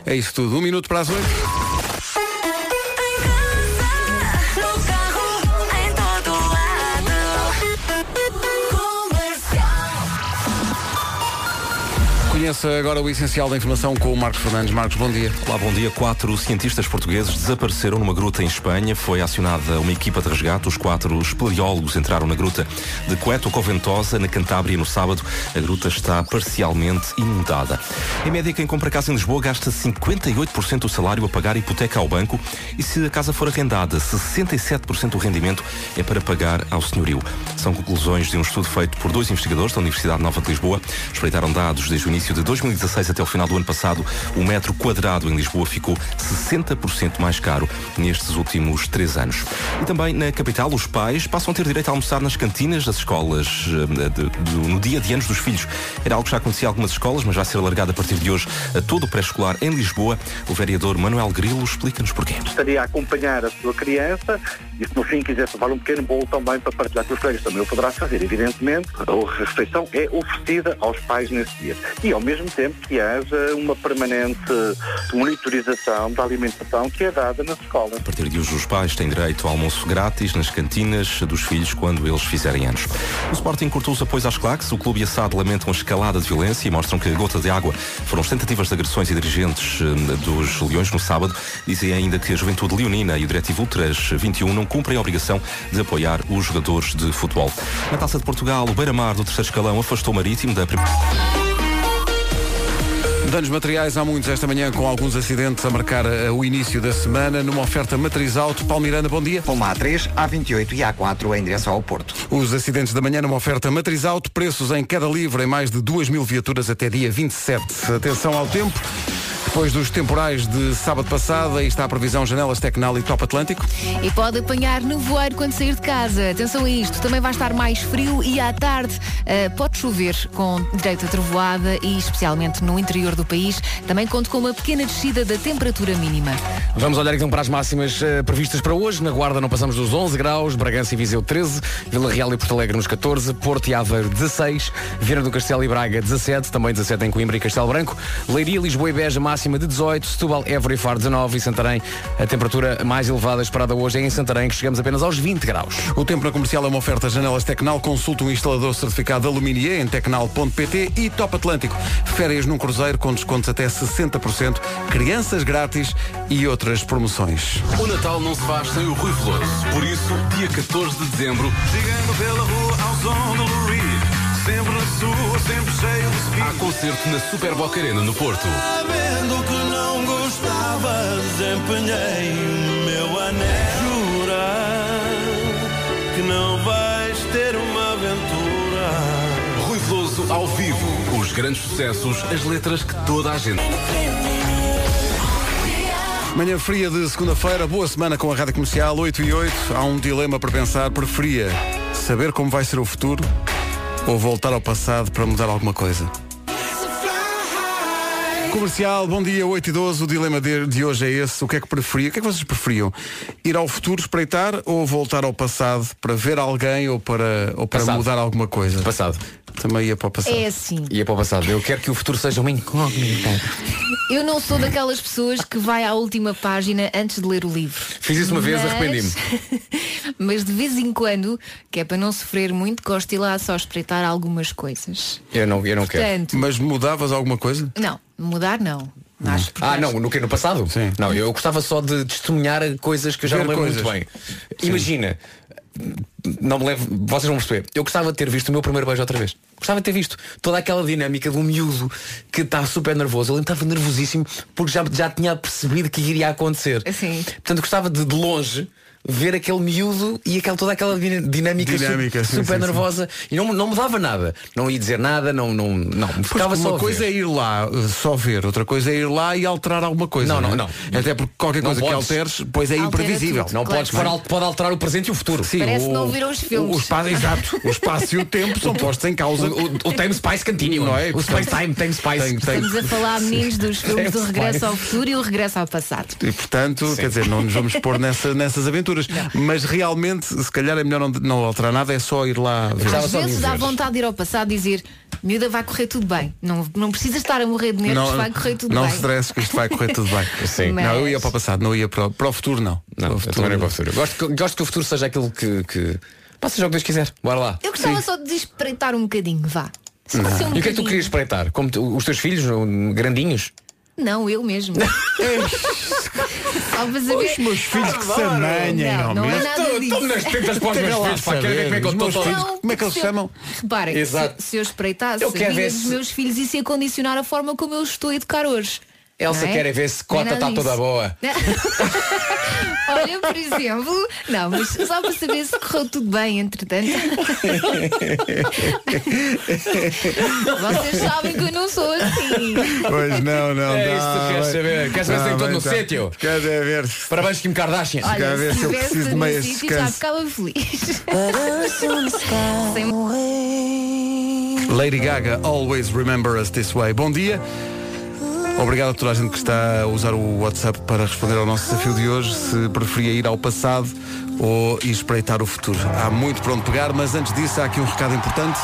Speaker 1: É isso tudo. Um minuto para as oito.
Speaker 2: No carro, em todo lado. Comercial.
Speaker 1: Conheça agora o essencial da informação com o Marcos Fernandes. Marcos, bom dia.
Speaker 3: Olá, bom dia. Quatro cientistas portugueses desapareceram numa gruta em Espanha. Foi acionada uma equipa de resgate. Os quatro espeleólogos entraram na gruta de Cueto Coventosa, na Cantábria, no sábado. A gruta está parcialmente inundada. Em média, quem compra casa em Lisboa gasta 58% do salário a pagar hipoteca ao banco e, se a casa for arrendada, 67% do rendimento é para pagar ao senhorio. São conclusões de um estudo feito por dois investigadores da Universidade Nova de Lisboa. Espreitaram dados desde o início de 2016 até o final do ano passado. O metro quadrado em Lisboa ficou 60% mais caro nestes últimos três anos. E também na capital, os pais passam a ter direito a almoçar nas cantinas das escolas eh, de- do- no dia de anos dos filhos. Era algo que já acontecia em algumas escolas, mas vai ser alargado a partir de hoje a todo o pré-escolar em Lisboa. O vereador Manuel Grilo explica-nos porquê.
Speaker 13: estaria a acompanhar a sua criança e se no fim quisesse levar um pequeno bolo também para partilhar com os colegas, também o poderá fazer, evidentemente. A refeição é oferecida aos pais nesse dia. E ao mesmo tempo que haja uma permanente monitorização da alimentação que é dada nas escolas.
Speaker 3: A partir de hoje, os pais têm direito ao almoço grátis nas cantinas dos filhos quando eles fizerem anos. O Sporting cortou os apoios às claques. O clube e a SAD lamentam a escalada de violência e mostram que a gota de água foram as tentativas de agressões e dirigentes eh, dos Leões no sábado. Dizem ainda que a Juventude Leonina e o Diretivo Ultras 21 não cumprem a obrigação de apoiar os jogadores de futebol. Na Taça de Portugal, o Beira-Mar do terceiro escalão afastou o Marítimo da primeira...
Speaker 1: Danos materiais há muitos esta manhã, com alguns acidentes a marcar eh, o início da semana, numa oferta matriz alto. Paulo Miranda, bom dia.
Speaker 6: Palma A3, A28 e A4 em direção ao Porto.
Speaker 1: Os acidentes da manhã numa oferta matriz alto, preços em queda livre em mais de 2 mil viaturas até dia 27. Atenção ao tempo. Depois dos temporais de sábado passado, aí está a previsão Janelas Tecnal e Top Atlântico.
Speaker 4: E pode apanhar nevoeiro quando sair de casa. Atenção a isto, também vai estar mais frio e à tarde eh, pode chover com direito a trovoada e especialmente no interior do país. Também conto com uma pequena descida da temperatura mínima.
Speaker 5: Vamos olhar então para as máximas eh, previstas para hoje. Na Guarda não passamos dos 11 graus, Bragança e Viseu 13, Vila Real e Porto Alegre nos 14, Porto e Aveiro 16, Viana do Castelo e Braga 17, também 17 em Coimbra e Castelo Branco, Leiria, Lisboa e Beja máxima de 18, Setúbal, Évora e Faro 19 e Santarém. A temperatura mais elevada esperada hoje é em Santarém, que chegamos apenas aos 20 graus.
Speaker 1: O tempo na comercial é uma oferta Janelas Tecnal. Consulte um instalador certificado Aluminier em tecnal.pt e Top Atlântico. Férias num cruzeiro com descontos até 60%, crianças grátis e outras promoções.
Speaker 14: O Natal não se faz sem o Rui Veloso. Por isso, dia 14 de dezembro, chegando pela rua ao som do Lou Reed. Sempre na sua, sempre cheio de speed. Há concerto na Super Boca Arena no Porto.
Speaker 2: Sabendo que não gostava, desempenhei o meu anel. Jurar que não vais ter uma aventura.
Speaker 14: Rui Veloso ao vivo. Os grandes sucessos, as letras que toda a gente.
Speaker 1: Manhã fria de segunda-feira, boa semana com a Rádio Comercial 8 e 8. Há um dilema para pensar. Preferia saber como vai ser o futuro ou voltar ao passado para mudar alguma coisa? Comercial, bom dia, 8 e 12. O dilema de, de hoje é esse. O que é que preferia? O que é que vocês preferiam? Ir ao futuro espreitar ou voltar ao passado para ver alguém ou para, ou para
Speaker 5: Passado.
Speaker 1: mudar alguma coisa?
Speaker 5: Passado.
Speaker 1: Também ia para o passado.
Speaker 4: É assim.
Speaker 5: E é para o passado. Eu quero que o futuro seja uma incógnita.
Speaker 4: Eu não sou daquelas pessoas que vai à última página antes de ler o livro.
Speaker 5: Fiz isso uma vez,
Speaker 4: Mas-
Speaker 5: arrependi-me.
Speaker 4: [LAUGHS] Mas de vez em quando, que é para não sofrer muito, gosto de ir lá só espreitar algumas coisas.
Speaker 5: Eu não, eu não
Speaker 4: Portanto-
Speaker 5: quero.
Speaker 1: Mas mudavas alguma coisa?
Speaker 4: Não, mudar não.
Speaker 1: Hum.
Speaker 5: Ah, não, no que no passado? Sim. Não, eu gostava só de testemunhar coisas que eu já
Speaker 1: Ver
Speaker 5: não lembro muito
Speaker 1: coisas.
Speaker 5: bem. Imagina, não me levo, vocês vão perceber. Eu gostava de ter visto o meu primeiro beijo outra vez. Gostava de ter visto toda aquela dinâmica do miúdo que está super nervoso. Ele estava nervosíssimo porque já, já tinha percebido que iria acontecer.
Speaker 4: Sim.
Speaker 5: Portanto, gostava de, de longe ver aquele miúdo e aquela, toda aquela din- dinâmica, su-
Speaker 1: Dinâmica, sim,
Speaker 5: super
Speaker 1: sim, sim.
Speaker 5: nervosa e não, não mudava nada. Não ia dizer nada, não, não, não.
Speaker 1: Pois,
Speaker 5: Ficava só
Speaker 1: uma
Speaker 5: a
Speaker 1: coisa
Speaker 5: ver.
Speaker 1: é ir lá, eh, só ver, outra coisa é ir lá e alterar alguma coisa.
Speaker 5: Não, não,
Speaker 1: é?
Speaker 5: não.
Speaker 1: Até porque qualquer
Speaker 5: Não
Speaker 1: coisa que
Speaker 5: podes.
Speaker 1: alteres, pois é
Speaker 5: Altera
Speaker 1: imprevisível.
Speaker 5: tudo, Não claro. podes, pode al- alterar o presente e o futuro.
Speaker 1: Sim,
Speaker 5: Parece
Speaker 1: o,
Speaker 5: que não
Speaker 4: viram os filmes.
Speaker 1: O espaço, exato. O espaço e o tempo
Speaker 5: [LAUGHS]
Speaker 1: são postos em causa. O,
Speaker 5: Time Spice Continuum.
Speaker 1: Não é?
Speaker 5: O Space Time, Time Spice.
Speaker 4: Estamos a falar, meninos, dos filmes do regresso ao futuro e o regresso ao passado.
Speaker 1: E portanto, quer dizer, não nos vamos pôr nessa- nessas aventuras. Mas realmente, se calhar é melhor não, não alterar nada, é só ir lá ver.
Speaker 4: Às vezes dá vontade de ir ao passado e dizer miúda, vai correr tudo bem. Não, não precisa estar a morrer de nervos, vai correr tudo
Speaker 1: não
Speaker 4: bem.
Speaker 1: se stresse que isto vai correr tudo bem.
Speaker 5: [LAUGHS] Sim.
Speaker 1: Não, eu ia para o passado, não ia para o, para o futuro, não.
Speaker 5: Não, eu também não é para o futuro. Gosto, que- gosto que o futuro seja aquilo que. que... Pá, seja o que Deus quiser. Bora lá.
Speaker 4: Eu gostava só de espreitar um bocadinho, vá. Só
Speaker 5: Não.
Speaker 4: assim um
Speaker 5: E o que é que tu
Speaker 4: bocadinho.
Speaker 5: querias espreitar? Como tu- os teus filhos, um, grandinhos?
Speaker 4: Não,
Speaker 1: [LAUGHS]
Speaker 4: eu mesmo. Só para saber.
Speaker 1: Os meus filhos que se amanhem,
Speaker 4: Não, não é
Speaker 1: homem.
Speaker 4: nada disso.
Speaker 5: Estou-me nas tetas para os
Speaker 1: Quero
Speaker 5: meus
Speaker 1: lá
Speaker 5: filhos. Pá, quero ver
Speaker 1: saber,
Speaker 5: como é que eu
Speaker 1: os
Speaker 5: estou
Speaker 1: meus
Speaker 5: todo-
Speaker 1: filhos. Como é que eles se
Speaker 4: eu-
Speaker 1: chamam?
Speaker 4: Reparem,
Speaker 5: Exato.
Speaker 4: se, se eu espreitasse
Speaker 5: Eu
Speaker 4: a
Speaker 5: quero
Speaker 4: vida
Speaker 5: ver
Speaker 4: dos
Speaker 5: se-
Speaker 4: meus filhos e se ia condicionar a forma como eu estou a educar hoje.
Speaker 5: Elsa
Speaker 4: Não é?
Speaker 5: quer é ver se
Speaker 4: Não é
Speaker 5: cota
Speaker 4: nada
Speaker 5: está toda
Speaker 4: disso.
Speaker 5: boa.
Speaker 4: Olha, por exemplo, não, mas só para saber se correu tudo bem,
Speaker 5: [LAUGHS]
Speaker 4: entretanto. Vocês sabem que eu não sou assim.
Speaker 1: Pois não, não.
Speaker 5: É
Speaker 1: não,
Speaker 5: isso que tu queres
Speaker 1: bem.
Speaker 5: saber. Queres ver se tem
Speaker 1: Não,
Speaker 5: todo
Speaker 1: bem,
Speaker 5: no
Speaker 1: tá.
Speaker 5: sítio?
Speaker 1: Queres é ver se
Speaker 5: Parabéns, Kim Kardashian.
Speaker 1: Quer ver se eu
Speaker 4: tivesse
Speaker 1: preciso de
Speaker 4: no
Speaker 1: meias
Speaker 4: sítio, Já
Speaker 1: descanso.
Speaker 4: ficava feliz. Sem
Speaker 1: Lady Gaga, Always Remember Us This Way. Bom dia. Obrigado a toda a gente que está a usar o WhatsApp para responder ao nosso desafio de hoje, se preferia ir ao passado ou ir espreitar o futuro. Há muito para onde pegar, mas antes disso há aqui um recado importante.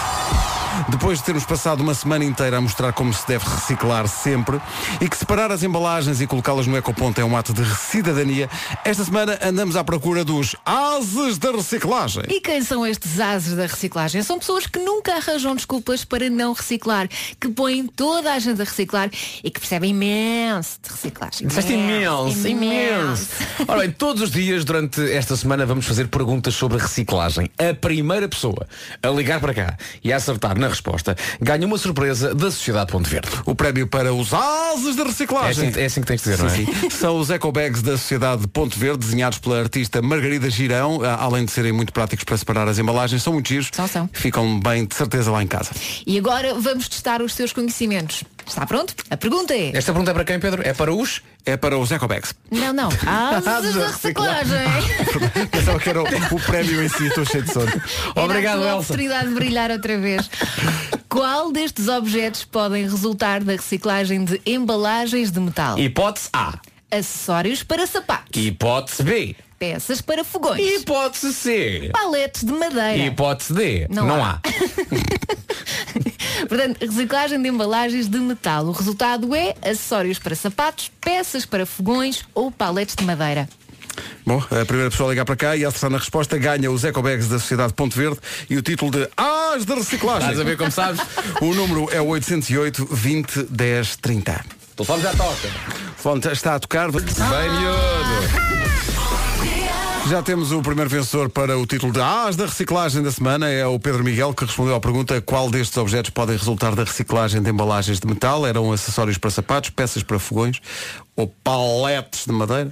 Speaker 1: Depois de termos passado uma semana inteira a mostrar como se deve reciclar sempre e que separar as embalagens e colocá-las no ecoponto é um ato de cidadania, esta semana andamos à procura dos ases da reciclagem.
Speaker 4: E quem são estes ases da reciclagem? São pessoas que nunca arranjam desculpas para não reciclar, que põem toda a gente a reciclar e que percebem imenso de reciclagem.
Speaker 5: Disseste imenso, imenso. Ora bem, todos os dias durante esta semana vamos fazer perguntas sobre reciclagem. A primeira pessoa a ligar para cá e a acertar na resposta ganha uma surpresa da Sociedade Ponte Verde.
Speaker 1: O prémio para os ases da reciclagem.
Speaker 5: É assim- é assim que tens de dizer,
Speaker 1: Sim,
Speaker 5: não é?
Speaker 1: sim. São os ecobags da Sociedade de Ponto Verde, desenhados pela artista Margarida Girão. Ah, Além de serem muito práticos para separar as embalagens, são muito giros. Ficam bem, de certeza, lá em casa.
Speaker 4: E agora vamos testar os seus conhecimentos. Está pronto? A pergunta é.
Speaker 5: Esta pergunta é para quem, Pedro? É para os?
Speaker 1: É para os ecobags.
Speaker 4: Não, [LAUGHS] não. Ases da reciclagem.
Speaker 1: [LAUGHS] Pensava que era o, o prémio em si, estou cheio de sono.
Speaker 4: Obrigado, Elsa. oportunidade de brilhar outra [LAUGHS] vez. Qual destes objetos podem resultar da reciclagem de embalagens de metal?
Speaker 5: Ah. Hipótese A.
Speaker 4: Acessórios para sapatos.
Speaker 5: Hipótese B.
Speaker 4: Peças para fogões.
Speaker 5: Hipótese C.
Speaker 4: Paletes de madeira.
Speaker 5: Hipótese D.
Speaker 4: Não
Speaker 5: Não,
Speaker 4: há.
Speaker 5: há.
Speaker 4: Portanto, reciclagem de embalagens de metal. O resultado é acessórios para sapatos, peças para fogões ou paletes de madeira.
Speaker 1: Bom, a primeira pessoa a ligar para cá e a acertar na resposta ganha os ecobags da Sociedade Ponto Verde e o título de As da Reciclagem.
Speaker 5: Estás a ver como sabes?
Speaker 1: [LAUGHS] O número é o 808 20 10 30.
Speaker 5: O telefone já toca.
Speaker 1: Fonte está a tocar.
Speaker 5: Bem miúdo.
Speaker 1: Já temos o primeiro vencedor para o título de As da Reciclagem da Semana. É o Pedro Miguel que respondeu à pergunta qual destes objetos podem resultar da reciclagem de embalagens de metal. Eram acessórios para sapatos, peças para fogões ou paletes de madeira.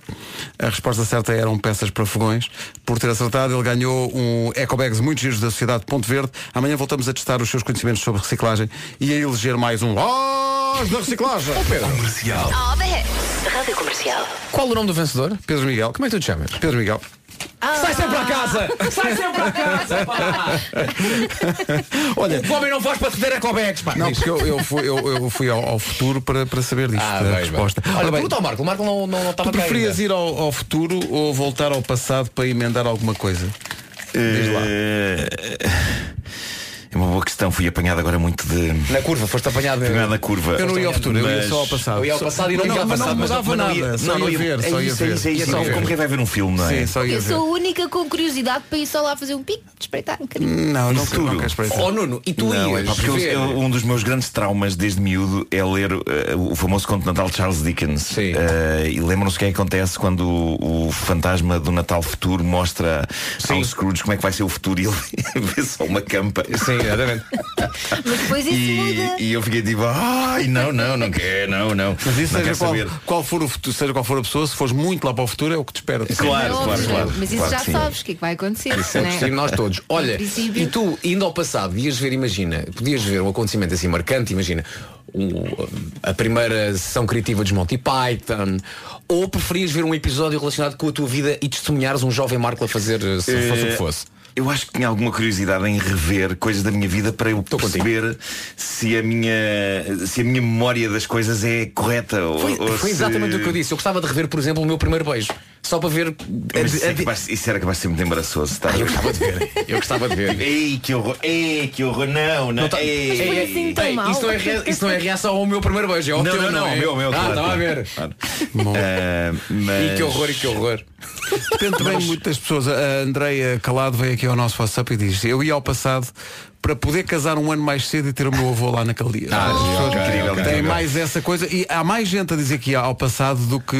Speaker 1: A resposta certa é, eram peças para fogões. Por ter acertado, ele ganhou um ecobags muito giros da Sociedade de Ponto Verde. Amanhã voltamos a testar os seus conhecimentos sobre reciclagem e a eleger mais um As da Reciclagem.
Speaker 5: Comercial.
Speaker 8: All the hits. Rádio Comercial.
Speaker 5: Qual o nome do vencedor?
Speaker 1: Pedro Miguel.
Speaker 5: Como é que tu te chamas?
Speaker 1: Pedro Miguel.
Speaker 4: Ah.
Speaker 5: Sai sempre para casa! Sai sempre para casa, pá! [LAUGHS]
Speaker 1: Olha,
Speaker 5: O homem não faz para receber a Cobex, pá!
Speaker 1: Não,
Speaker 5: Diz.
Speaker 1: porque eu, eu fui, eu, eu fui ao, ao futuro para, para saber disto,
Speaker 5: Ah,
Speaker 1: da
Speaker 5: bem, bem.
Speaker 1: resposta.
Speaker 5: Olha,
Speaker 1: Ora bem,
Speaker 5: pergunta ao Marco. O Marco não, não, não estava
Speaker 1: tu
Speaker 5: cá
Speaker 1: preferias
Speaker 5: ainda.
Speaker 1: ir ao, ao futuro ou voltar ao passado para emendar alguma coisa? Diz lá. Eh,
Speaker 6: É uma boa questão, fui apanhado agora muito de.
Speaker 5: Na curva, foste apanhado.
Speaker 6: Apanhado na curva.
Speaker 1: Eu não ia ao futuro, eu ia
Speaker 6: Mas-
Speaker 1: só ao passado.
Speaker 5: Eu ia ao passado e não
Speaker 1: Mas
Speaker 5: ia ao
Speaker 1: mas
Speaker 5: passado,
Speaker 1: Não
Speaker 5: mas-
Speaker 1: mudava
Speaker 5: mas não ia-
Speaker 1: nada, só
Speaker 6: Não, não
Speaker 1: ia ver, só ia
Speaker 6: isso, é
Speaker 1: ver.
Speaker 6: isso, é isso.
Speaker 1: Só ia
Speaker 6: Como
Speaker 1: ver.
Speaker 6: quem vai ver um filme, não é?
Speaker 1: Sim, só ia
Speaker 4: Eu
Speaker 1: ver.
Speaker 4: sou a única com curiosidade para ir só lá fazer um pico, espreitar um bocadinho.
Speaker 1: Não, não
Speaker 6: No
Speaker 1: quero- não
Speaker 6: futuro.
Speaker 1: quero espreitar.
Speaker 5: Oh, Nuno, e tu
Speaker 6: Não, é
Speaker 5: ias?
Speaker 6: pá, porque eu-
Speaker 5: ver?
Speaker 6: eu- um dos meus grandes traumas desde miúdo é ler eh, o famoso conto de Natal de Charles Dickens.
Speaker 5: Sim.
Speaker 6: Eh, e lembram-se o que é que acontece quando o, o fantasma do Natal futuro mostra ao Scrooge como é que vai ser o futuro e ele [LAUGHS] vê só uma campa.
Speaker 5: Sim, exatamente.
Speaker 4: Mas depois isso muda.
Speaker 6: E, e eu fiquei tipo, ai, não, não, não quero, não, não.
Speaker 1: Mas isso
Speaker 6: não
Speaker 1: seja
Speaker 6: quero
Speaker 1: qual,
Speaker 6: saber.
Speaker 1: qual for o futuro, seja qual for a pessoa, se fores muito lá para o futuro é o que te espera.
Speaker 6: Claro,
Speaker 4: Não,
Speaker 6: claro,
Speaker 4: mas-
Speaker 6: claro.
Speaker 4: Mas isso
Speaker 6: claro
Speaker 4: já
Speaker 6: que sim.
Speaker 4: sabes o que é que vai acontecer.
Speaker 5: Isso é
Speaker 4: não é?
Speaker 5: possível nós todos. Olha,
Speaker 4: Em princípio-
Speaker 5: e tu, indo ao passado, ias ver, imagina, podias ver um acontecimento assim marcante, imagina, o- a primeira sessão criativa dos Monty Python, ou preferias ver um episódio relacionado com a tua vida e testemunhares um jovem Marco a fazer eh, se fosse o que fosse?
Speaker 6: Eu acho que tinha alguma curiosidade em rever coisas da minha vida para eu perceber se a minha se a minha memória das coisas é correta ou,
Speaker 5: Foi,
Speaker 6: ou
Speaker 5: foi
Speaker 6: se-
Speaker 5: exatamente o que eu disse. Eu gostava de rever, por exemplo, o meu primeiro beijo. Só para ver.
Speaker 6: Mas
Speaker 5: a-
Speaker 6: isso,
Speaker 5: a-
Speaker 6: é capaz- isso era capaz de ser muito embaraçoso. Tá? eu
Speaker 5: gostava de ver. Eu gostava de ver.
Speaker 6: Ei, que horror. Ei, que horror. Não, não.
Speaker 5: Não tá-
Speaker 6: ei.
Speaker 5: Mas foi assim tão mal?
Speaker 6: isso não é rea-
Speaker 5: Isso não é reação ao meu primeiro beijo, é ao
Speaker 6: não,
Speaker 5: teu,
Speaker 6: não, não,
Speaker 5: é?
Speaker 6: meu, meu.
Speaker 5: Ah,
Speaker 6: claro,
Speaker 5: estava a ver.
Speaker 6: claro.
Speaker 1: Ah,
Speaker 6: mas-
Speaker 5: E que horror, e que horror.
Speaker 1: [LAUGHS] Depende também muito das pessoas. A Andreia Calado veio aqui ao nosso WhatsApp e diz Eu ia ao passado para poder casar um ano mais cedo e ter o meu avô lá naquele dia.
Speaker 6: Ah,
Speaker 1: As
Speaker 6: ok,
Speaker 1: pessoas
Speaker 6: ok,
Speaker 1: têm
Speaker 6: ok,
Speaker 1: Tem
Speaker 6: ok.
Speaker 1: mais essa coisa e há mais gente a dizer que ia ao passado do que,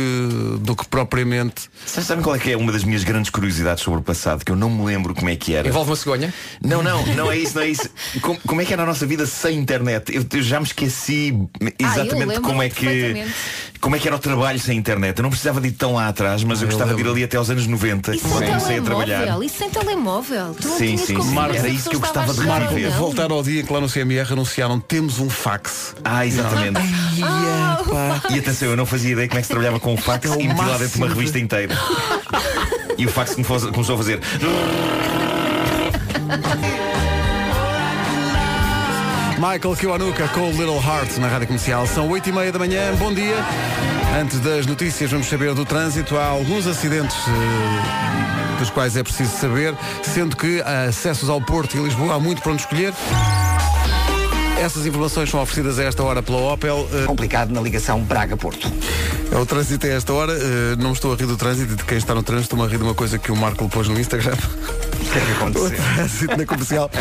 Speaker 1: do que propriamente.
Speaker 6: Vocês sabem qual é que é uma das minhas grandes curiosidades sobre o passado? Que eu não me lembro como é que era.
Speaker 5: Envolve uma cegonha?
Speaker 6: Não, não, não é isso, não é isso. Com- como é que era a nossa vida sem internet? Eu, eu já me esqueci
Speaker 5: Ah,
Speaker 6: exatamente
Speaker 15: lembro-me
Speaker 6: como é que.
Speaker 15: perfeitamente.
Speaker 6: Como é que era o trabalho sem internet? Eu não precisava de ir tão lá atrás,
Speaker 5: Ah,
Speaker 6: mas eu gostava de ir ali até aos anos 90,
Speaker 4: Isso é
Speaker 6: quando
Speaker 4: sem
Speaker 6: comecei a trabalhar.
Speaker 4: telemóvel, isso sem telemóvel. Tu não
Speaker 6: Sim,
Speaker 4: tinhas
Speaker 6: sim, sim.
Speaker 4: como
Speaker 6: Marco,
Speaker 4: saber
Speaker 6: é
Speaker 4: se a
Speaker 6: isso que eu gostava
Speaker 4: pessoa
Speaker 6: de
Speaker 4: estava a
Speaker 6: Marco,
Speaker 4: chegar ou não.
Speaker 1: Voltar ao dia que lá no CMR anunciaram temos um fax.
Speaker 6: Ah, exatamente.
Speaker 4: Ah, o
Speaker 6: E atenção, eu não fazia ideia como é que se trabalhava com o fax e meti lá dentro de uma revista inteira. E o fax que me faz- começou a fazer.
Speaker 1: Michael Kiwanuka com Little Heart na Rádio Comercial. São 8 e meia da manhã, bom dia. Antes das notícias vamos saber do trânsito. Há alguns acidentes eh, dos quais é preciso saber, sendo que há acessos ao Porto e Lisboa há muito para onde escolher. Essas informações são oferecidas a esta hora pela Opel. Complicado na ligação Braga-Porto. É o trânsito a esta hora. eh, não me estou a rir do trânsito e de quem está no trânsito estou-me a rir de uma coisa que o Marco pôs no Instagram. [LAUGHS] O que é que aconteceu? trânsito na comercial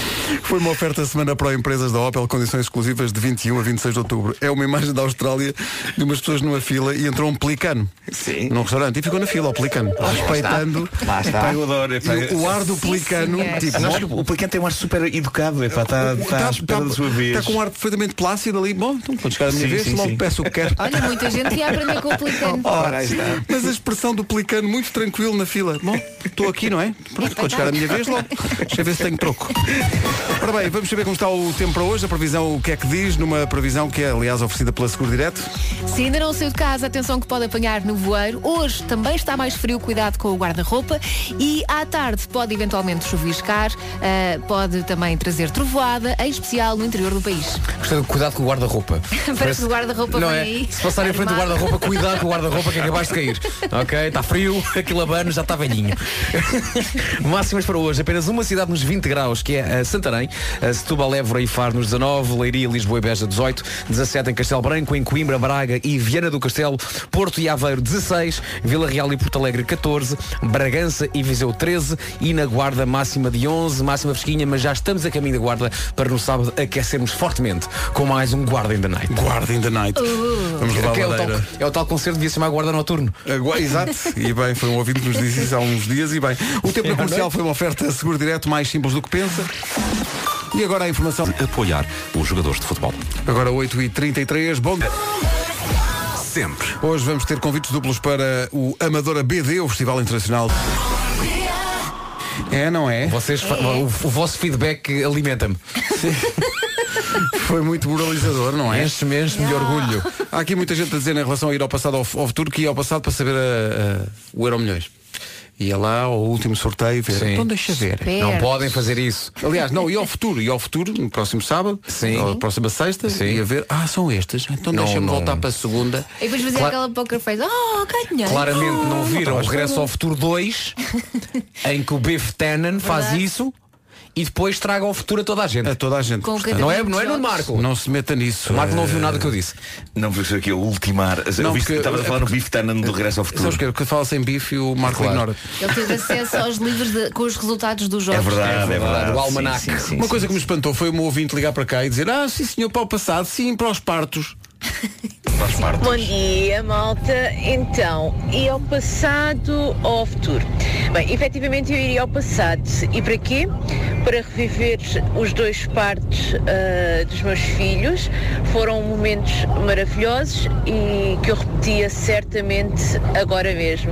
Speaker 1: foi uma oferta semana para empresas da Opel, condições exclusivas de 21 a 26 de outubro. É uma imagem da Austrália de umas pessoas numa fila e entrou um pelicano Sim. num restaurante e ficou na fila, o pelicano, respeitando.
Speaker 6: Lá está. Epá, eu adoro, epá.
Speaker 1: Ah, E o- o ar do
Speaker 6: Sim,
Speaker 1: pelicano,
Speaker 6: senhor.
Speaker 1: tipo,
Speaker 6: Não, acho que o pelicano tem um ar super educado, está à espera da sua vez.
Speaker 1: Está com um ar perfeitamente plácido ali. Bom, então quando chegar a minha
Speaker 6: Sim,
Speaker 1: vez,
Speaker 6: sim,
Speaker 1: logo
Speaker 6: sim.
Speaker 1: peço o que quero.
Speaker 4: Olha, muita gente ia aprender com
Speaker 6: [LAUGHS]
Speaker 4: o pelicano.
Speaker 1: Ora, aí está. Mas a expressão do pelicano muito tranquilo na fila. Bom, estou aqui, não é? Pronto, quando chegar a minha vez, logo. Deixa eu ver se tenho troco. Ora bem, vamos saber como está o tempo para hoje. A previsão, o que é que diz? Numa previsão que é, aliás, oferecida pela Seguro Direto.
Speaker 4: Se ainda não saiu de casa, atenção que pode apanhar no voeiro. Hoje também está mais frio, cuidado com o guarda-roupa. E à tarde pode eventualmente chuviscar, ah, pode também trazer trovoada, em especial no interior do país.
Speaker 5: Gostei do cuidado com o guarda-roupa.
Speaker 4: [LAUGHS] Parece que o guarda-roupa
Speaker 5: Não
Speaker 4: vem
Speaker 5: é?
Speaker 4: aí.
Speaker 5: Se passar em frente do
Speaker 4: armado.
Speaker 5: guarda-roupa, cuidado com o guarda-roupa que acabaste de cair. Ok? Está frio, aquilo abano já está velhinho. [LAUGHS] Máximas para hoje. Apenas uma cidade nos 20 graus, que é eh, Santarém. Eh, Setúbal, Évora e Faro nos 19. Leiria, Lisboa e Beja 18. 17 em Castelo Branco, em Coimbra, Braga e Viana do Castelo. Porto e Aveiro 16. Vila Real e Porto Alegre 14. Bragança e Viseu 13. E na Guarda máxima de 11. Máxima fresquinha, mas já estamos a caminho da Guarda para no sábado aquecermos fortemente com mais um Guarda in the Night.
Speaker 1: Guarda in the Night. Vamos levar
Speaker 5: Que é,
Speaker 1: a
Speaker 5: o tal,
Speaker 1: lareira.
Speaker 5: é o tal concerto, devia se chamar Guarda Noturno.
Speaker 1: Agora, exato. E bem, foi um ouvinte que nos disse isso há uns dias. E bem, o tempo na comercial foi uma oferta Seguro Direto mais simples do que pensa. E agora a informação.
Speaker 3: Apoiar os jogadores de futebol.
Speaker 1: Agora 8h33, bom dia.
Speaker 14: Sempre.
Speaker 1: Hoje vamos ter convites duplos para o Amadora BD, o Festival Internacional. É, não é?
Speaker 5: Vocês, fa- O, o vosso feedback alimenta-me.
Speaker 1: [LAUGHS] Foi muito moralizador, não é?
Speaker 5: Enche-me, enche-me de orgulho.
Speaker 1: Há aqui muita gente a dizer em relação a ir ao passado ao, ao futuro que ia ao passado para saber a- a- o Euro Milhões. Ia lá ao último sorteio ver.
Speaker 5: Sim.
Speaker 1: Então deixa ver.
Speaker 5: Espertos. Não podem fazer isso.
Speaker 1: Aliás, não, e ao futuro, e ao futuro, no próximo sábado, Sim. ou próxima sexta, ia ver, ah, são estas. Então
Speaker 5: Não,
Speaker 1: deixa-me
Speaker 5: não.
Speaker 1: voltar para a segunda.
Speaker 4: E depois fazer
Speaker 1: Cla-
Speaker 4: aquela poker face. Oh, ganhei.
Speaker 5: Claramente não
Speaker 1: Então,
Speaker 4: Oh,
Speaker 5: viram o
Speaker 4: estava à
Speaker 5: Regresso ao
Speaker 4: espera.
Speaker 5: Futuro
Speaker 4: [LAUGHS]
Speaker 5: 2, em que o Biff Tannen faz
Speaker 4: Verdade.
Speaker 5: isso e depois traga ao futuro a toda a gente. A
Speaker 1: toda a gente.
Speaker 5: Com não é, não é no Marco.
Speaker 1: Não se meta nisso.
Speaker 5: O Marco não ouviu
Speaker 1: Eh,
Speaker 5: nada que eu disse.
Speaker 6: Não viu aqui o ultimar.
Speaker 1: Não,
Speaker 6: Eu vi que
Speaker 1: porque-
Speaker 6: estavas a falar no bife Tannen do regresso ao futuro.
Speaker 1: Sabes que é? Porque fala sem bife e o Marco
Speaker 6: Claro.
Speaker 1: ignora.
Speaker 4: Ele teve acesso aos livros de- com os resultados dos
Speaker 1: É
Speaker 4: jogos.
Speaker 1: verdade, é verdade.
Speaker 5: O almanac.
Speaker 1: Uma coisa que me espantou foi o meu ouvinte ligar para cá e dizer Ah, sim senhor, para o passado, sim, para os partos. Para os partos.
Speaker 16: Bom dia, malta. Então, e ao passado ou ao futuro? Bem, efetivamente eu iria ao passado. E para quê? Para reviver os dois partos ah, dos meus filhos. Foram momentos maravilhosos e que eu repetia certamente agora mesmo.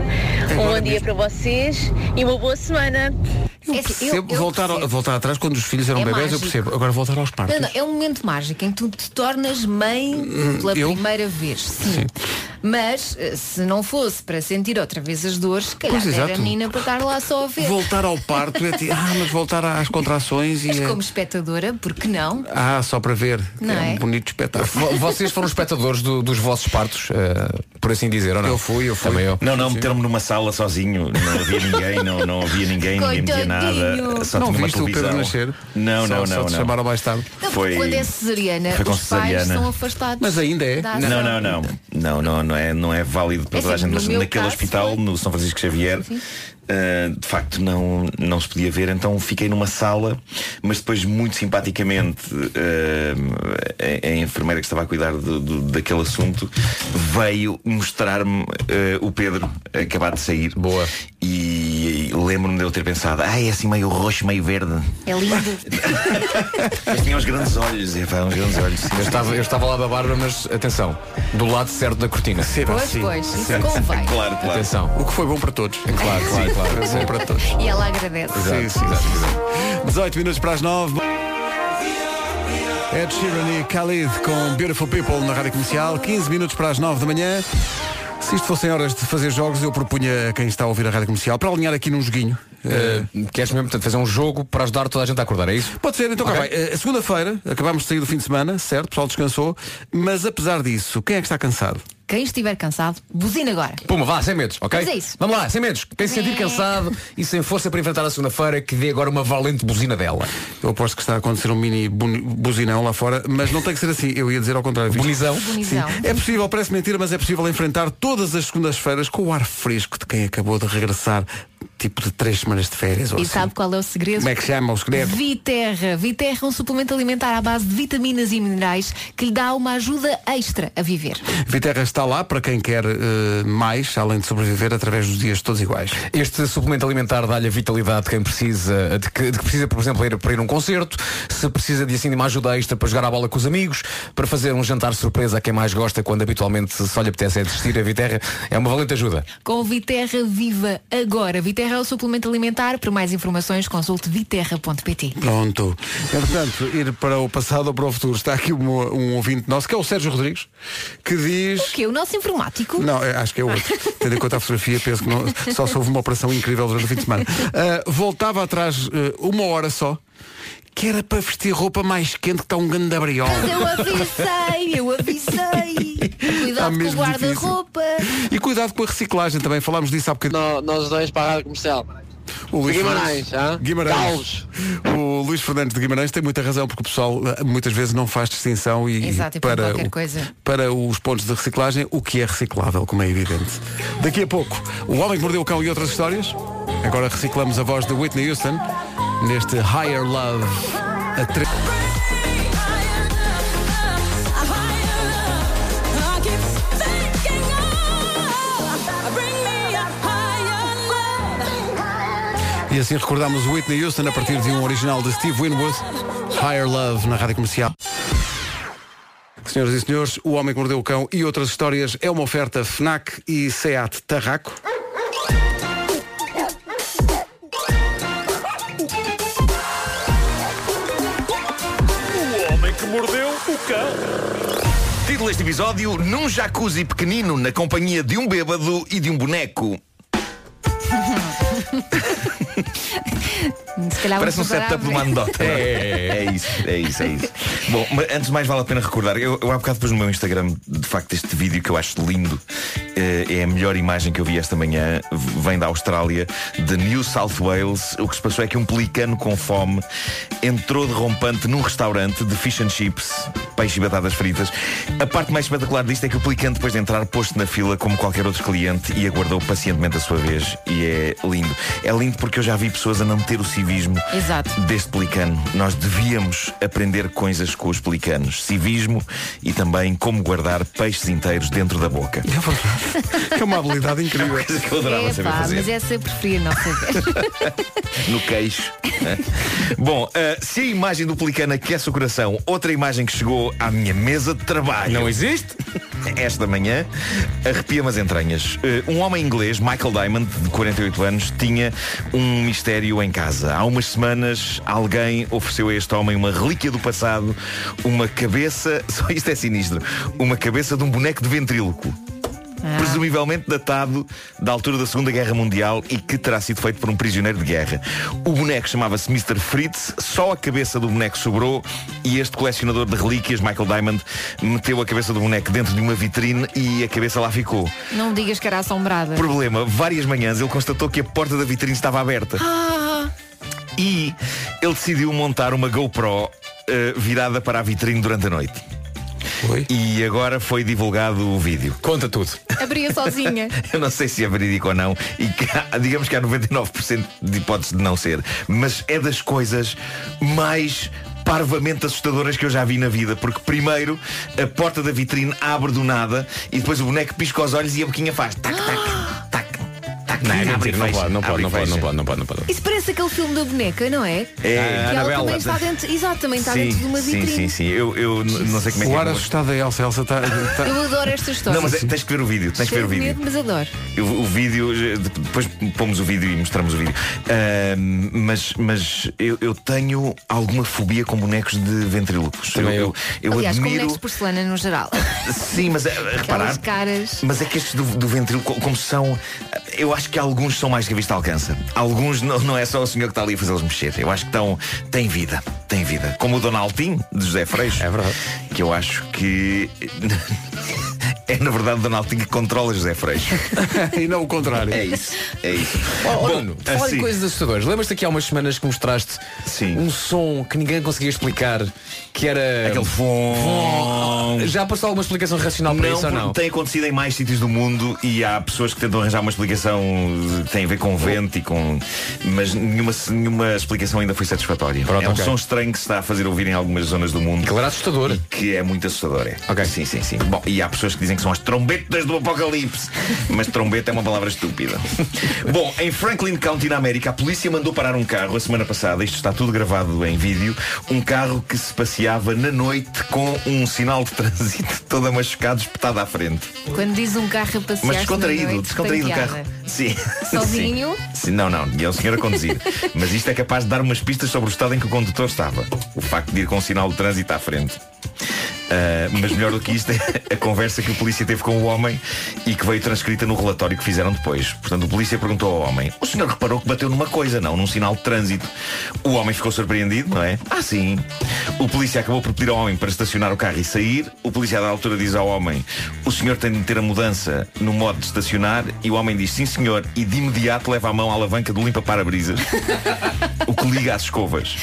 Speaker 16: um bom dia para vocês e uma boa semana.
Speaker 5: É assim,
Speaker 1: Percebo voltar, ao- voltar atrás quando os filhos eram
Speaker 4: É
Speaker 1: bebés, eu
Speaker 4: mágico.
Speaker 1: percebo. Agora voltar aos partos.
Speaker 4: Não, não, é um momento mágico em que tu te tornas mãe pela
Speaker 1: Hum, eu?
Speaker 4: primeira vez. Sim. Mas eh, se não fosse para sentir outra vez as dores, se calhar
Speaker 1: Pois,
Speaker 4: era a
Speaker 1: exato.
Speaker 4: menina para estar lá só a ver.
Speaker 1: Voltar ao parto
Speaker 4: [LAUGHS]
Speaker 1: é ti- Ah, mas voltar às contrações
Speaker 4: Mas
Speaker 1: e. é-
Speaker 4: como espectadora, porque não?
Speaker 1: Ah, só para ver.
Speaker 4: Não
Speaker 1: é um
Speaker 4: é?
Speaker 1: bonito
Speaker 4: [LAUGHS]
Speaker 1: espetáculo.
Speaker 5: Vo- Vocês foram espectadores do- dos vossos partos, eh, por assim dizer, ou não? Eu fui, eu fui. Também eu.
Speaker 6: Não, não, meteram-me numa sala sozinho, não havia ninguém, não, não havia ninguém, ninguém me via nada,
Speaker 4: Coitadinho.
Speaker 6: só
Speaker 1: Não
Speaker 6: tinha uma
Speaker 1: viste o Pedro
Speaker 6: televisão.
Speaker 1: nascer?
Speaker 6: Não,
Speaker 1: Só-
Speaker 6: não, não.
Speaker 1: só te
Speaker 6: não.
Speaker 1: chamaram mais tarde.
Speaker 6: Foi...
Speaker 4: Quando é cesariana,
Speaker 6: foi com
Speaker 4: os pais
Speaker 6: cesariana.
Speaker 4: são afastados.
Speaker 1: Mas ainda é.
Speaker 4: da
Speaker 6: Não,
Speaker 4: ação.
Speaker 6: não, não. Não, não, não é, não é válido para
Speaker 4: É
Speaker 6: toda a
Speaker 4: assim,
Speaker 6: gente.
Speaker 4: no
Speaker 6: Mas
Speaker 4: meu
Speaker 6: naquele
Speaker 4: caso,
Speaker 6: hospital, no São Francisco Xavier, eh, de facto não, não se podia ver, então fiquei numa sala, mas depois muito simpaticamente eh, a, a enfermeira que estava a cuidar do, do- daquele assunto veio mostrar-me eh, o Pedro acabado de sair. Boa. E, e lembro-me de eu ter pensado, ai, é assim meio roxo, meio verde.
Speaker 4: É lindo.
Speaker 6: Mas tinha uns grandes olhos, e, pá, uns grandes olhos.
Speaker 5: [LAUGHS] Eu estava, eu estava lá da Bárbara, mas atenção, do lado certo da cortina.
Speaker 4: Pois, sim. pois, isso Sim. convém.
Speaker 6: Claro,
Speaker 5: claro. Atenção.
Speaker 1: O que foi bom para todos.
Speaker 5: Claro, claro, claro.
Speaker 1: [LAUGHS] Foi bom para todos.
Speaker 4: E ela agradece.
Speaker 1: Sim, sim, sim, sim. 18 minutos para as 9. Ed Sheeran e Khalid com Beautiful People na Rádio Comercial, 15 minutos para as 9 da manhã. Se isto fossem horas de fazer jogos, eu propunha a quem está a ouvir a Rádio Comercial para alinhar aqui num joguinho.
Speaker 5: Eh, queres mesmo portanto, fazer um jogo para ajudar toda a gente a acordar, é isso?
Speaker 1: Pode ser, então cá vai. Eh, Segunda-feira, acabámos de sair do fim de semana, certo? O pessoal descansou, mas apesar disso, quem é que está cansado?
Speaker 4: Quem estiver cansado, buzina agora.
Speaker 5: Puma, vá, sem medos, ok?
Speaker 4: Mas é isso. É.
Speaker 5: Vamos lá, sem medos. Quem se sentir cansado e sem força para enfrentar a segunda-feira, que dê agora uma valente buzina dela.
Speaker 1: Eu aposto que está a acontecer um mini buni- buzinão lá fora, mas não tem que ser assim. Eu ia dizer ao contrário. visto?
Speaker 5: Bunizão?
Speaker 4: Bunizão.
Speaker 1: Sim. É possível, parece mentira, mas é possível enfrentar todas as segundas-feiras com o ar fresco de quem acabou de regressar, tipo de três semanas de férias. Ou
Speaker 4: E
Speaker 1: assim.
Speaker 4: sabe qual é o segredo?
Speaker 1: Como é que chama o segredo?
Speaker 4: Viterra. Viterra é um suplemento alimentar à base de vitaminas e minerais que lhe dá uma ajuda extra a viver.
Speaker 1: Viterra está lá para quem quer eh, mais, além de sobreviver através dos dias todos iguais.
Speaker 5: Este suplemento alimentar dá-lhe a vitalidade de quem precisa, de que, de que precisa, por exemplo, ir para ir a um concerto, se precisa de assim de uma ajuda extra para jogar a bola com os amigos, para fazer um jantar surpresa a quem mais gosta quando habitualmente só lhe apetece é desistir a Viterra, é uma valente
Speaker 4: [LAUGHS]
Speaker 5: ajuda.
Speaker 4: Com o Viterra Viva agora. Viterra é o suplemento alimentar. Para mais informações, consulte viterra.pt.
Speaker 1: Pronto. Entretanto, ir para o passado ou para o futuro. Está aqui um, um ouvinte nosso, que é o Sérgio Rodrigues, que diz.
Speaker 4: é O quê? O nosso informático?
Speaker 1: Não, é- acho que é outro. Tendo em conta a fotografia, penso que não- só se houve uma operação incrível durante o fim de semana. Ah, voltava atrás ah, uma hora só, que era para vestir roupa mais quente, que está um grande abriol.
Speaker 4: Mas eu avisei, eu
Speaker 5: Tá
Speaker 4: avisei.
Speaker 1: Está
Speaker 4: Cuidado com o
Speaker 1: mesmo
Speaker 4: guarda-roupa.
Speaker 1: E cuidado com a reciclagem também, falámos disso há bocadinho.
Speaker 15: Nós dois para a rádio comercial.
Speaker 1: O Luís
Speaker 15: Guimarães,
Speaker 1: Fernandes,
Speaker 15: hã?
Speaker 1: Guimarães.
Speaker 15: Calvos.
Speaker 1: O Luís Fernandes de Guimarães tem muita razão, porque o pessoal ah, muitas vezes não faz distinção e
Speaker 4: Exato, e põe
Speaker 1: para,
Speaker 4: qualquer
Speaker 1: o-
Speaker 6: [LAUGHS]
Speaker 4: coisa.
Speaker 1: para os pontos de reciclagem, o que é reciclável, como é evidente. Daqui a pouco, o Homem que Mordeu o Cão e outras histórias. Agora reciclamos a voz de Whitney Houston neste Higher Love. A tre- E assim recordamos Whitney Houston a partir de um original de Steve Winwood, Higher Love, na rádio comercial. Senhoras e senhores, O Homem que Mordeu o Cão e outras histórias é uma oferta FNAC e SEAT Tarraco.
Speaker 2: O homem que mordeu o cão.
Speaker 6: Título deste episódio: Num jacuzzi pequenino, na companhia de um bêbado e de um boneco.
Speaker 4: Se calhar
Speaker 6: Parece um
Speaker 4: vamos
Speaker 6: setup
Speaker 4: parar.
Speaker 6: de uma anedota.
Speaker 4: É.
Speaker 6: [LAUGHS] é isso, é isso, é isso. Bom, mas antes de mais vale a pena recordar, eu, eu há bocado depois no meu Instagram, de facto, este vídeo que eu acho lindo, eh, é a melhor imagem que eu vi esta manhã, v- vem da Austrália, de New South Wales. O que se passou é que um pelicano com fome entrou de rompante num restaurante de fish and chips, peixe e batatas fritas. A parte mais espetacular disto é que o pelicano, depois de entrar, pôs-se na fila como qualquer outro cliente e aguardou pacientemente a sua vez. E é lindo. É lindo porque eu já vi pessoas a não ter o civismo
Speaker 4: Exato.
Speaker 6: deste pelicano. Nós devíamos aprender coisas com os pelicanos. Civismo e também como guardar peixes inteiros dentro da boca.
Speaker 1: Que é uma habilidade incrível.
Speaker 6: Coisa que eu adorava
Speaker 4: Epá,
Speaker 6: saber fazer.
Speaker 4: mas essa eu preferia
Speaker 6: [LAUGHS]
Speaker 4: não saber.
Speaker 6: no queixo. né? Bom, ah, se a imagem do Pelicano aquece o coração, outra imagem que chegou à minha mesa de trabalho. Não existe? [LAUGHS] Esta manhã, arrepia-me as entranhas. Eh, um homem inglês, Michael Diamond, de 48 anos, tinha um mistério em casa. Há umas semanas, alguém ofereceu a este homem uma relíquia do passado, [LAUGHS] uma cabeça, só isto é sinistro, uma cabeça de um boneco de ventríloco. presumivelmente datado da altura da Segunda Guerra Mundial e que terá sido feito por um prisioneiro de guerra. O boneco chamava-se Mr. Fritz, só a cabeça do boneco sobrou e este colecionador de relíquias, Michael Diamond, meteu a cabeça do boneco dentro de uma vitrine e a cabeça lá ficou.
Speaker 4: Não digas que era assombrada.
Speaker 6: Problema, várias manhãs ele constatou que a porta da vitrine estava aberta.
Speaker 4: Ah,
Speaker 6: E ele decidiu montar uma GoPro eh, virada para a vitrine durante a noite. E agora foi divulgado o vídeo.
Speaker 5: Conta tudo.
Speaker 4: abria sozinha.
Speaker 6: Eu não sei se é verídico ou não e que há- digamos que há 99% de hipótese de não ser, mas é das coisas mais parvamente assustadoras que eu já vi na vida, porque primeiro a porta da vitrine abre do nada e depois o boneco pisca os olhos e a boquinha faz tac tac tac tac
Speaker 5: Não,
Speaker 6: e
Speaker 5: não,
Speaker 6: abre e
Speaker 5: não
Speaker 6: fecha,
Speaker 5: pode, não
Speaker 6: abre
Speaker 5: pode,
Speaker 6: e
Speaker 5: não pode,
Speaker 6: fecha.
Speaker 5: não pode, não pode, não pode.
Speaker 4: Isso parece aquele filme da boneca, não é?
Speaker 6: É,
Speaker 4: que ela
Speaker 6: Anabela.
Speaker 4: também está dentro, exato, também está dentro de uma
Speaker 6: sim,
Speaker 4: vitrine.
Speaker 6: sim, sim. Eu, eu n- não sei como é que
Speaker 1: O
Speaker 6: é.
Speaker 1: ar
Speaker 6: convosco.
Speaker 1: assustado da Elsa. A Elsa
Speaker 5: tá,
Speaker 1: está. está-
Speaker 4: Eu adoro esta história.
Speaker 6: Tá. Não, mas é- tens que ver o vídeo, tens que ver
Speaker 4: Cheio
Speaker 6: o
Speaker 4: de
Speaker 6: vídeo.
Speaker 4: medo, mas adoro.
Speaker 6: Eu- O, vídeo, eh, de- depois pomos o vídeo e mostramos o vídeo. Ahm, mas mas eu, eu tenho alguma fobia com bonecos de ventrílocos. Eu, eu, eu
Speaker 4: Aliás, com bonecos
Speaker 6: admiro.
Speaker 4: de porcelana
Speaker 6: [LAUGHS]
Speaker 4: no geral.
Speaker 6: Sim, mas eh, reparar.
Speaker 4: Aquelas caras.
Speaker 6: Mas é que estes do, do ventríloco, como são. Eu acho que alguns são mais que a vista alcança. Alguns não, não é só o senhor que está ali a fazê-los mexer. Eu acho que estão. têm vida. Têm vida. Como o Donaldinho, de José Freixo. É verdade. Que eu acho que. [LAUGHS] É na verdade o Donaldinho que controla José Freixo.
Speaker 1: [LAUGHS] e não o contrário.
Speaker 6: É isso. É isso.
Speaker 5: Bom, falar
Speaker 6: assim.
Speaker 5: em coisas assustadoras. Lembras-te que há umas semanas que mostraste um som que ninguém conseguia explicar, que era. Aquele
Speaker 6: fom.
Speaker 5: Já passou alguma explicação racional para isso ou
Speaker 6: porque
Speaker 5: não?
Speaker 6: Tem acontecido em mais sítios do mundo e há pessoas que tentam arranjar uma explicação que tem a ver com vento e com. Mas nenhuma, nenhuma explicação ainda foi satisfatória. é um
Speaker 5: ok.
Speaker 6: som estranho que se está a fazer ouvir em algumas zonas do mundo. Claro, assustador. que é muito assustador, é. Ok. Sim, sim, sim. Bom, e há pessoas que dizem que são as trombetas do apocalipse. mas trombeta é uma palavra [LAUGHS] estúpida. Bom, em Franklin County, na América, a polícia mandou parar um carro a semana passada, isto está tudo gravado em vídeo, um carro que se passeava na noite com um sinal de trânsito [LAUGHS] todo machucado, espetado à frente.
Speaker 4: Quando diz um carro a passear.
Speaker 6: Mas descontraído, descontraído o carro. Sim.
Speaker 4: Sozinho.
Speaker 6: [LAUGHS] Sim. Sim, Não, não, e é o senhor a conduzir. Mas isto é capaz de dar umas pistas sobre o estado em que o condutor estava. O facto de ir com o sinal de trânsito à frente. Ah, mas melhor do que isto é a conversa que o polícia teve com o homem e que veio transcrita no relatório que fizeram depois. Portanto, o polícia perguntou ao homem: O senhor reparou que bateu numa coisa, não? Num sinal de trânsito. O homem ficou surpreendido, não é? Ah, sim. O polícia acabou por pedir ao homem para estacionar o carro e sair. O polícia, da altura, diz ao homem: O senhor tem de meter a mudança no modo de estacionar. E o homem diz: Sim, senhor. E de imediato leva a mão à alavanca do limpa-parabrisas o que liga às escovas.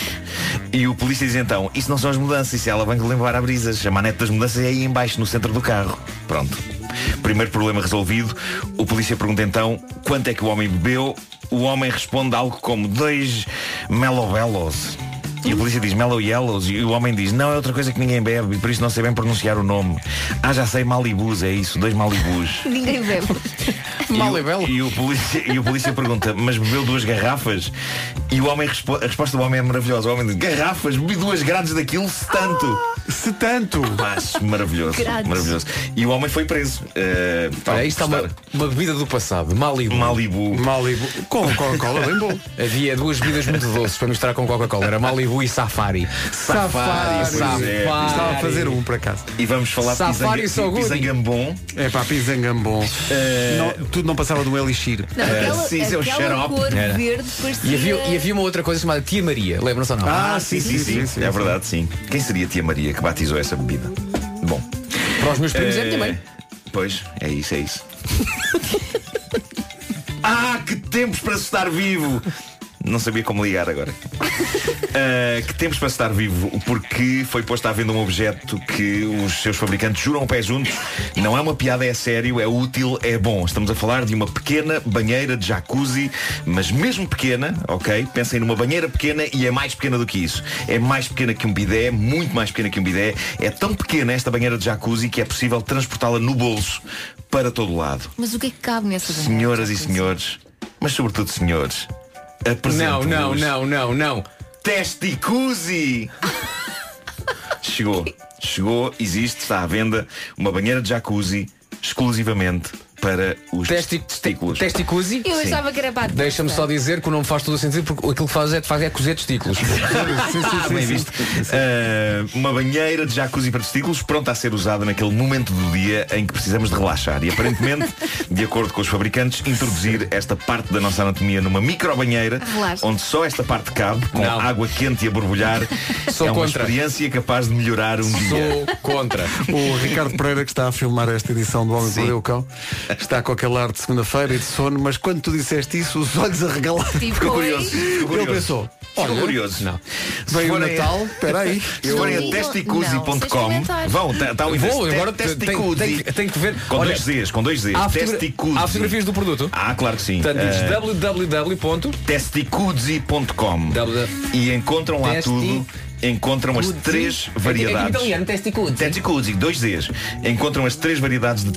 Speaker 6: E o polícia diz então, isso não são as mudanças, isso é a alavanca de levar a brisas. A manete das mudanças é aí embaixo, no centro do carro. Pronto. Primeiro problema resolvido. O polícia pergunta então, quanto é que o homem bebeu? O homem responde algo como dois melobelos. E o polícia diz Mellow Yellows E o homem diz Não, é outra coisa que ninguém bebe E por isso não sei bem pronunciar o nome Ah, já sei, Malibus, é isso, dois Malibus [LAUGHS]
Speaker 4: Ninguém bebe.
Speaker 6: Mal e belo. E o polícia, e o polícia pergunta, mas bebeu duas garrafas? E o homem respo- a resposta do homem é maravilhosa. O homem diz, garrafas, bebi duas grades daquilo, se tanto.
Speaker 5: Ah.
Speaker 6: se tanto. Mas maravilhoso.
Speaker 5: Grades.
Speaker 6: Maravilhoso. E o homem foi preso. Uh,
Speaker 5: Olha, isto está uma, uma bebida do passado, Malibu.
Speaker 6: Malibu.
Speaker 1: Malibu. Com Coca-Cola, bem bom.
Speaker 5: [LAUGHS] Havia duas bebidas muito doces para misturar com Coca-Cola. Era Malibu e Safari.
Speaker 6: Safari, pois é.
Speaker 1: Estava a fazer um, por acaso.
Speaker 6: E vamos falar de Safari Pisanga- Soguri. Pisangambon.
Speaker 1: É pá, pisangambon.
Speaker 6: Eh,
Speaker 1: Não, tudo não passava de um elixir.
Speaker 5: É,
Speaker 4: Não, aquela,
Speaker 6: é
Speaker 4: aquela cor
Speaker 5: um Era.
Speaker 4: verde parecia...
Speaker 5: E havia, e
Speaker 6: [LAUGHS]
Speaker 5: havia uma outra coisa chamada Tia Maria, lembram-se ou não?
Speaker 6: Ah, sim, sim, sim, É verdade, sim. Quem seria a tia Maria que batizou essa bebida? Bom.
Speaker 5: Para os meus primos é a
Speaker 6: Eh,
Speaker 5: minha mãe.
Speaker 6: Pois, é isso, é isso. [LAUGHS] ah, que tempos para se estar vivo! Não sabia como ligar agora. Ah, que tempos para se estar vivo, porque foi posto à venda um objeto que os seus fabricantes juram o pé juntos. Não é uma piada, é sério, é útil, é bom. Estamos a falar de uma pequena banheira de jacuzzi, mas mesmo pequena, ok? Pensem numa banheira pequena e é mais pequena do que isso. É mais pequena que um bidé, muito mais pequena que um bidé. É tão pequena esta banheira de jacuzzi que é possível transportá-la no bolso para todo lado.
Speaker 4: Mas o que é que cabe nessa banheira?
Speaker 6: Senhoras e senhores, mas sobretudo senhores, apresento
Speaker 5: Não, não,
Speaker 6: não, não. [LAUGHS] Testicuzzi! Chegou. Chegou, existe, está à venda uma banheira de jacuzzi exclusivamente para os testículos.
Speaker 5: Testicuzi?
Speaker 4: Eu achava que era para a
Speaker 5: Deixa-me
Speaker 4: testa.
Speaker 5: só dizer que o nome faz todo o sentido porque aquilo que faz é, de facto, é cozer testículos.
Speaker 6: Bem visto. [LAUGHS] Ah, uma banheira de jacuzzi para testículos pronta a ser usada naquele momento do dia em que precisamos de relaxar. E aparentemente, de acordo com os fabricantes, introduzir esta parte da nossa anatomia numa microbanheira,
Speaker 2: Relaxa.
Speaker 6: onde só esta parte cabe, com
Speaker 2: Não.
Speaker 6: água quente e a borbulhar,
Speaker 1: Sou
Speaker 6: é uma
Speaker 1: contra.
Speaker 6: experiência capaz de melhorar um dia.
Speaker 1: Sou
Speaker 6: [LAUGHS]
Speaker 1: contra. O Ricardo Pereira, que está a filmar esta edição do Homem que Mordeu o Cão, está com aquele ar de segunda-feira e de sono, mas quando tu disseste isso, os olhos arregalaram.
Speaker 6: Tipo, Ficou curioso, oi? ficou
Speaker 1: Ele
Speaker 6: curioso.
Speaker 1: pensou.
Speaker 6: Ficou
Speaker 1: olha,
Speaker 6: curioso. Não.
Speaker 1: Veio o Natal,
Speaker 5: [LAUGHS]
Speaker 6: [LAUGHS]
Speaker 1: peraí.
Speaker 6: Se forem a testicuzi.com, vão, está tá o endereço.
Speaker 5: Vou, agora
Speaker 6: Te-
Speaker 5: tem- tem que- tem que ver.
Speaker 6: Com
Speaker 5: Olha,
Speaker 6: dois Zs, com dois Zs.
Speaker 5: há fotogra-
Speaker 6: Testicuzi.
Speaker 5: há fotografias do produto?
Speaker 6: Ah, claro que sim.
Speaker 5: Portanto, dizes
Speaker 6: Eh,
Speaker 5: www.testicuzi.com
Speaker 6: e encontram lá tudo. Encontram as
Speaker 5: Cuzzi.
Speaker 6: três
Speaker 5: É- é
Speaker 6: variedades.
Speaker 5: italiano, testicuzzi.
Speaker 6: Testicuzzi, dois Zs. Encontram as três variedades de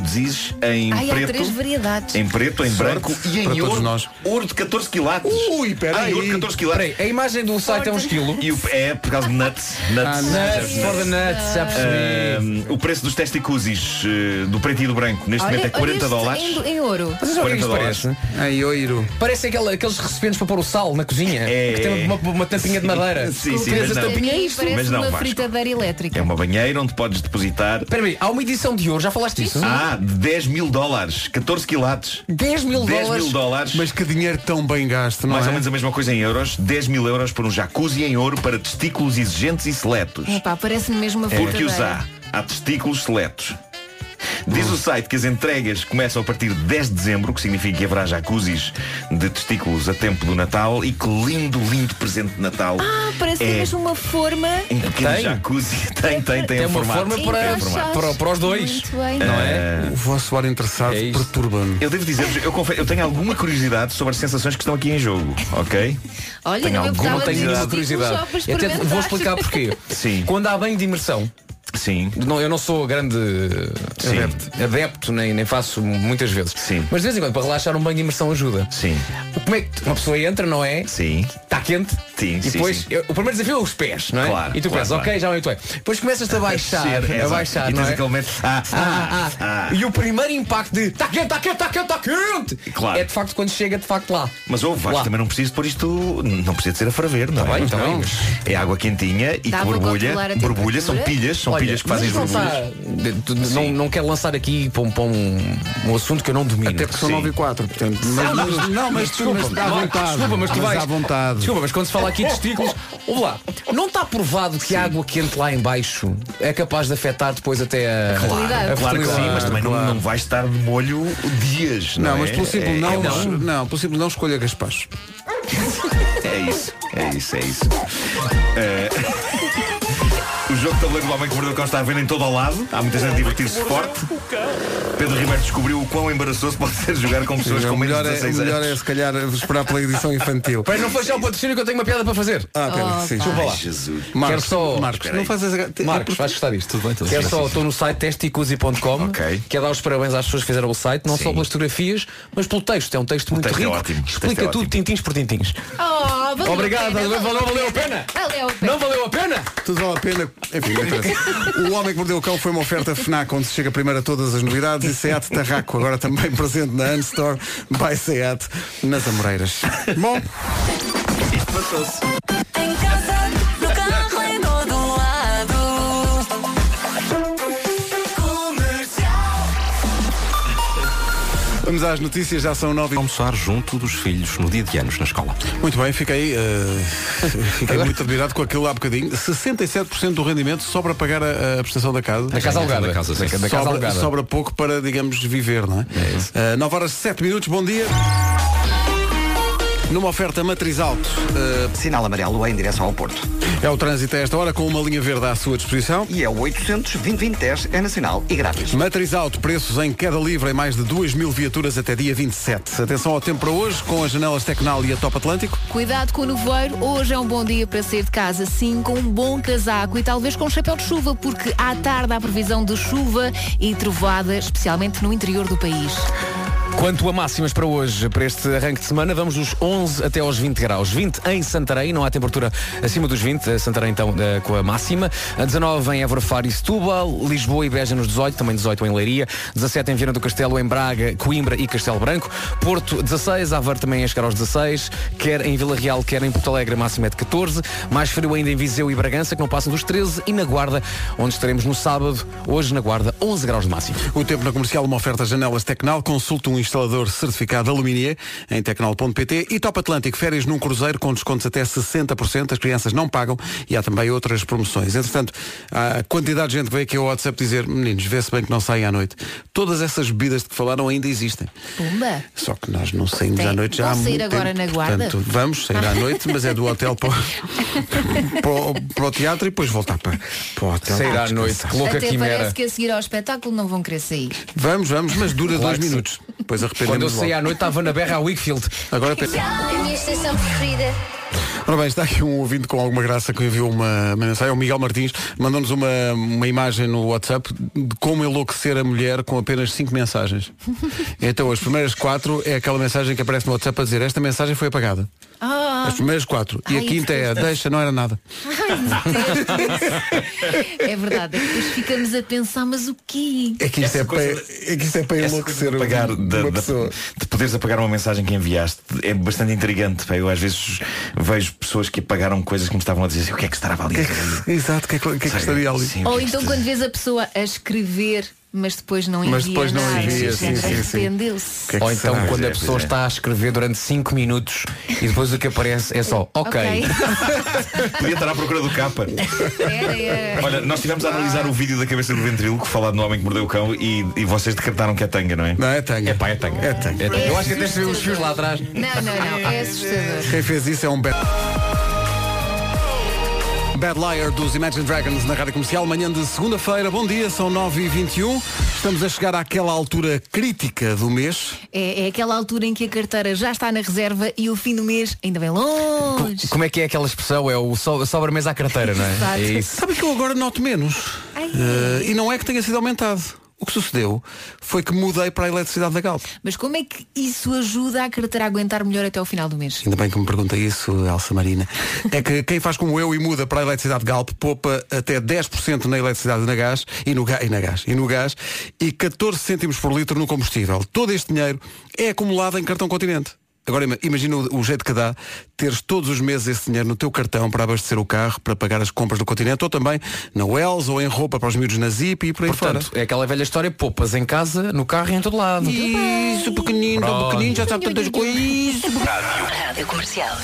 Speaker 6: testicuzzis em
Speaker 4: Ai, há
Speaker 6: preto.
Speaker 4: três variedades.
Speaker 6: Em preto, em
Speaker 4: Sorte
Speaker 6: branco e em
Speaker 4: para
Speaker 6: ouro.
Speaker 4: todos
Speaker 5: nós.
Speaker 6: Ouro de 14 quilates. Ui,
Speaker 5: peraí.
Speaker 6: Ouro de 14 quilates.
Speaker 5: Peraí, a imagem do site é um esquilo.
Speaker 6: E o, é por causa de nuts. nuts
Speaker 5: Ah, nuts, for the nuts, já percebi.
Speaker 6: Ah, o preço dos testicuzis eh, do preto e do branco neste
Speaker 4: Olha,
Speaker 6: momento é 40
Speaker 4: olha
Speaker 6: dólares.
Speaker 4: isto Em, em ouro.
Speaker 6: 40 dólares.
Speaker 1: Em oiro.
Speaker 5: Parece aquele- aqueles recipientes para pôr o sal na cozinha.
Speaker 6: É.
Speaker 5: Que tem uma, uma tampinha de madeira.
Speaker 6: Sim, sim,
Speaker 5: Tens
Speaker 6: mas
Speaker 5: a
Speaker 6: não.
Speaker 5: tampinha, é isto?
Speaker 4: Parece
Speaker 6: Mas não,
Speaker 4: uma
Speaker 6: Vasco.
Speaker 4: fritadeira elétrica.
Speaker 6: É uma banheira onde podes depositar.
Speaker 5: Peraí, há uma edição de ouro, já falaste disso?
Speaker 6: Ah, de 10 mil dólares, 14 quilates.
Speaker 5: 10 mil
Speaker 6: 10
Speaker 5: dólares.
Speaker 6: mil dólares.
Speaker 1: Mas que dinheiro tão bem gasto, não
Speaker 6: Mais
Speaker 1: é?
Speaker 6: ou menos a mesma coisa em euros, 10 mil euros por um jacuzzi em ouro para testículos exigentes e seletos.
Speaker 4: Epá, parece-me mesmo
Speaker 5: É.
Speaker 4: uma fritadeira.
Speaker 6: É. Porque os há. Há testículos seletos. Diz
Speaker 1: Hum.
Speaker 6: o site que as entregas começam a partir de 10 de dezembro, o que significa que haverá jacuzzis de testículos a tempo do Natal e que lindo, lindo presente de Natal.
Speaker 4: Ah, parece
Speaker 6: é
Speaker 4: mesmo uma forma.
Speaker 6: um pequeno
Speaker 5: Tem?
Speaker 6: jacuzzi. [LAUGHS] Tem, tem, tem,
Speaker 5: Tem
Speaker 6: um
Speaker 5: uma
Speaker 6: formato.
Speaker 5: forma
Speaker 6: Tem
Speaker 5: para-
Speaker 6: um formato.
Speaker 5: para- para os dois. É
Speaker 4: Muito bem.
Speaker 6: Não é?
Speaker 1: O vosso ar interessado perturba-me.
Speaker 6: Eu devo dizer-vos, eu, confesso, eu tenho alguma curiosidade sobre as sensações que estão aqui em jogo, ok?
Speaker 4: Olha,
Speaker 6: tenho
Speaker 4: não, eu
Speaker 6: alguma
Speaker 4: gostava de
Speaker 6: tenho
Speaker 4: testículos
Speaker 6: curiosidade.
Speaker 4: só
Speaker 5: Eu até
Speaker 4: para
Speaker 5: te-
Speaker 4: experimentar.
Speaker 5: vou explicar porquê.
Speaker 6: Sim.
Speaker 5: Quando há banho de imersão.
Speaker 6: Sim.
Speaker 5: Não, eu não sou grande eh,
Speaker 6: Sim.
Speaker 5: adepto, adepto, nem, nem faço muitas vezes. Sim. Mas de vez em quando, para relaxar, um banho de imersão ajuda.
Speaker 6: Sim.
Speaker 5: Como é que uma pessoa entra, não é?
Speaker 6: Sim.
Speaker 5: Está quente?
Speaker 6: Sim,
Speaker 5: E
Speaker 6: sim,
Speaker 5: depois,
Speaker 6: sim.
Speaker 5: eu- o primeiro desafio é os pés, não é?
Speaker 6: Claro,
Speaker 5: E tu
Speaker 6: claro,
Speaker 5: pensas,
Speaker 6: claro.
Speaker 5: ok, já me habituei. Depois
Speaker 6: [LAUGHS]
Speaker 5: começas a baixar,
Speaker 6: Descer,
Speaker 5: a
Speaker 6: exato.
Speaker 5: baixar,
Speaker 6: E
Speaker 5: não
Speaker 6: tens
Speaker 5: é?
Speaker 6: aquele momento. Ah,
Speaker 5: Ah, ah, ah.
Speaker 6: ah.
Speaker 5: E o primeiro impacto de está quente, está quente, está quente, está quente
Speaker 6: Claro.
Speaker 5: é de facto quando chega de facto lá.
Speaker 6: Mas ouve,
Speaker 5: Lá.
Speaker 6: Vasco, também não preciso pôr isto, não precisa de ser a ferver, não
Speaker 5: Tá
Speaker 6: é?
Speaker 5: bem, tá
Speaker 6: Não.
Speaker 5: bem,
Speaker 6: É água quentinha e
Speaker 5: Dá
Speaker 6: que
Speaker 5: para
Speaker 6: borbulha,
Speaker 5: controlar a
Speaker 6: borbulha, são
Speaker 5: temperatura?
Speaker 6: pilhas, são
Speaker 5: Olha,
Speaker 6: pilhas que fazem as
Speaker 5: mas não tá-
Speaker 6: borbulhas.
Speaker 5: está- de- de- não, não quero lançar aqui para um, para um- um assunto que eu não domino.
Speaker 1: Até porque são
Speaker 5: Sim.
Speaker 1: 9 e 4, portanto.
Speaker 5: Ah,
Speaker 1: Mas, mas- não, mas tu
Speaker 5: desculpa,
Speaker 1: mas está à
Speaker 5: Marco,
Speaker 1: vontade.
Speaker 5: Desculpa, mas tu vais.
Speaker 1: à vontade.
Speaker 5: Desculpa, mas quando se fala aqui de testículos, ouve lá, não está provado que a água quente lá em baixo é capaz de afetar depois até a
Speaker 6: Claro,
Speaker 5: a
Speaker 6: É claro que sim,
Speaker 5: fertilidade?
Speaker 6: mas também não- não, vai estar de molho dias. Não,
Speaker 1: Não, mas
Speaker 6: é?
Speaker 1: pelo simples
Speaker 6: É-
Speaker 1: não,
Speaker 6: é-
Speaker 1: não, pelo simples não escolha Gaspacho.
Speaker 6: É isso, é isso, é isso. É. [LAUGHS] O jogo de tabuleiro do Homem que Mordeu o Cão está a venda em todo ao lado. Há muita gente a divertir-se forte. Pedro Ribeiro descobriu o quão embaraçoso pode ser jogar com pessoas
Speaker 1: Sim,
Speaker 6: com
Speaker 1: o
Speaker 6: menos de
Speaker 1: melhor, é, o
Speaker 6: 16
Speaker 1: melhor é
Speaker 6: anos.
Speaker 1: se calhar esperar pela edição infantil.
Speaker 5: Para não fechar o patrocínio que eu tenho uma piada para fazer.
Speaker 1: Ah, pera, sim.
Speaker 5: Desculpa lá.
Speaker 6: Ai, Jesus.
Speaker 5: Quero
Speaker 1: Marcos,
Speaker 5: só.
Speaker 1: Marcos, não fazes a-
Speaker 5: Marcos, vais gostar disto. Tudo bem, tudo Quero
Speaker 1: bem.
Speaker 5: É só, estou no site testicuzi.com. Quero é dar os parabéns às pessoas que fizeram o site, não só pelas fotografias, mas pelo texto. É um texto muito
Speaker 6: texto é
Speaker 5: rico.
Speaker 6: ótimo. O texto
Speaker 5: Explica
Speaker 6: é
Speaker 5: tudo, tintins por tintins.
Speaker 4: Oh, valeu
Speaker 5: Obrigado,
Speaker 4: a pena,
Speaker 5: valeu, valeu a pena.
Speaker 4: Valeu a pena.
Speaker 5: Não valeu a pena?
Speaker 1: Tudo vale a pena. Enfim, não interessa. O Homem que Mordeu o Cão foi uma oferta FNAC onde se chega primeiro a todas as novidades e Seat Tarraco, agora também presente na Unstore by Seat nas Amoreiras. Bom,
Speaker 6: Isto passou-se.
Speaker 2: Em casa, no carro, em todo lado. Comercial.
Speaker 1: vamos às notícias, já são nove.
Speaker 3: Almoçar junto dos filhos no dia de anos na escola.
Speaker 1: Muito bem,
Speaker 5: [LAUGHS]
Speaker 1: fiquei, eh, fiquei muito admirado com aquilo há bocadinho. 67% do rendimento só para pagar a, a prestação da casa.
Speaker 5: Da casa alugada.
Speaker 3: Da casa, sim.
Speaker 1: sobra,
Speaker 5: Da casa alugada.
Speaker 1: sobra pouco para, digamos, viver, não é? Eh, 9 horas 7 minutos, bom dia. Numa oferta matriz alto. Eh,
Speaker 15: Sinal amarelo em direção ao Porto.
Speaker 1: É o trânsito a esta hora com uma linha verde à sua disposição.
Speaker 15: E é o 800 é nacional e grátis.
Speaker 1: Matriz Auto, preços em queda livre em mais de 2 mil viaturas até dia 27. Atenção ao tempo para hoje, com as janelas Tecnal e a Top Atlântico.
Speaker 4: Cuidado com o nevoeiro, hoje é um bom dia para sair de casa, sim, com um bom casaco e talvez com um chapéu de chuva, porque à tarde há previsão de chuva e trovoada, especialmente no interior do país.
Speaker 5: Quanto a máximas para hoje, para este arranque de semana, vamos dos 11 até aos 20 graus. 20 em Santarém, não há temperatura acima dos 20. eh, Santarém, então, eh, com a máxima. A 19 em Évora Faro e Setúbal. Lisboa e Beja nos 18, também 18 em Leiria. 17 em Viana do Castelo, em Braga, Coimbra e Castelo Branco. Porto, 16. Aveiro também a chegar aos 16. Quer em Vila Real, quer em Porto Alegre, a máxima é de 14. Mais frio ainda em Viseu e Bragança, que não passam dos 13. E na Guarda, onde estaremos no sábado, hoje na Guarda, 11 graus de máximo.
Speaker 1: O tempo na comercial, uma oferta janelas Tecnal. Consulte um instalador certificado Aluminier em tecnal.pt e Top Atlântico. Férias num cruzeiro com descontos até 60%. As crianças não pagam e há também outras promoções. Entretanto, a quantidade de gente que veio aqui ao WhatsApp dizer: meninos, vê-se bem que não saem à noite. Todas essas bebidas de que falaram ainda existem.
Speaker 4: Pumba.
Speaker 1: Só que nós não saímos
Speaker 4: Tem-
Speaker 1: à noite já
Speaker 4: vão
Speaker 1: há
Speaker 4: sair
Speaker 1: muito
Speaker 4: agora
Speaker 1: tempo.
Speaker 4: na guarda?
Speaker 1: Portanto, vamos sair à noite, mas é do hotel para, o- para o, para o teatro e depois voltar para, para o hotel.
Speaker 5: Sair
Speaker 1: para
Speaker 5: à noite,
Speaker 1: descansar.
Speaker 5: que louca
Speaker 4: Até parece que a seguir ao espetáculo não vão querer sair.
Speaker 1: Vamos, vamos, mas dura
Speaker 5: Claro
Speaker 1: dois
Speaker 5: que sim.
Speaker 1: minutos. Depois arrependemos
Speaker 5: Quando eu saí
Speaker 1: logo.
Speaker 5: à noite estava na berra a Wickfield.
Speaker 1: Agora
Speaker 2: É
Speaker 17: A minha estação preferida.
Speaker 1: Ora bem, está aqui um ouvinte com alguma graça que enviou uma uma mensagem, é o Miguel Martins, mandou-nos uma, uma imagem no WhatsApp de como enlouquecer a mulher com apenas cinco
Speaker 4: [LAUGHS]
Speaker 1: mensagens. Então as primeiras quatro é aquela mensagem que aparece no WhatsApp a dizer esta mensagem foi apagada.
Speaker 4: Ah.
Speaker 1: As primeiras quatro. E
Speaker 4: Ai,
Speaker 1: a quinta é
Speaker 4: que tristeza.
Speaker 1: deixa, não era
Speaker 4: [LAUGHS]
Speaker 1: nada.
Speaker 4: É verdade, é que depois ficamos a pensar, mas o quê?
Speaker 1: É que isto é, para, é que isto é para enlouquecer
Speaker 6: apagar
Speaker 1: uma,
Speaker 6: da- da-
Speaker 1: pessoa.
Speaker 6: de poderes apagar uma mensagem que enviaste é bastante intrigante. pá. Eu às vezes vejo pessoas que apagaram coisas que me estavam a dizer assim, o que é que estará ali?
Speaker 1: Exato, o que é que, o que, é que estaria ali?
Speaker 4: Ou então quando vês a pessoa a escrever, mas depois não envia
Speaker 5: Mas depois não
Speaker 4: nada,
Speaker 5: envia, sim,
Speaker 4: gente,
Speaker 5: sim, sim.
Speaker 4: arrependeu-se.
Speaker 5: Ou então quando a pessoa está a escrever durante 5 minutos e depois o que aparece é só [LAUGHS] ok.
Speaker 6: Podia estar à procura do capa.
Speaker 4: É
Speaker 6: Olha, nós estivemos a analisar o vídeo da cabeça do ventríloco falado no Homem que Mordeu o Cão e, e vocês decretaram que é tanga, não é?
Speaker 1: Não, é tanga.
Speaker 6: É pá, é tanga.
Speaker 1: É tanga.
Speaker 5: Eu acho que até se vê os fios lá atrás.
Speaker 4: Não, não, não, é assustador.
Speaker 1: Quem fez isso é um bad... Bad Liar dos Imagine Dragons na Rádio Comercial, manhã de segunda-feira. Bom dia, são 9h21. Estamos a chegar àquela altura crítica do mês.
Speaker 4: É, é aquela altura em que a carteira já está na reserva e o fim do mês ainda bem longe.
Speaker 5: Como é que é aquela expressão? É o so- sobremesa à carteira, não é? É isso.
Speaker 1: Sabe que eu agora noto menos. Eh, e não é que tenha sido aumentado. O que sucedeu foi que mudei para a eletricidade da Galp.
Speaker 4: Mas como é que isso ajuda a carteira a aguentar melhor até ao final do mês?
Speaker 1: Ainda bem que me pergunta isso, Elsa Marina. É que quem faz como eu e muda para a eletricidade Galp poupa até 10% na eletricidade na gás e no, ga- e na gás e no gás e 14 cêntimos por litro no combustível. Todo este dinheiro é acumulado em cartão continente. Agora ima- imagina o, o jeito que dá teres todos os meses esse dinheiro no teu cartão para abastecer o carro, para pagar as compras do continente ou também na Wells ou em roupa para os miúdos na Zip e por aí fora.
Speaker 5: Portanto, é aquela velha história, poupas em casa, no carro e em todo lado.
Speaker 1: Isso, pequenino, tão pequenino, já sabe tantas coisas.
Speaker 8: Rádio Comercial.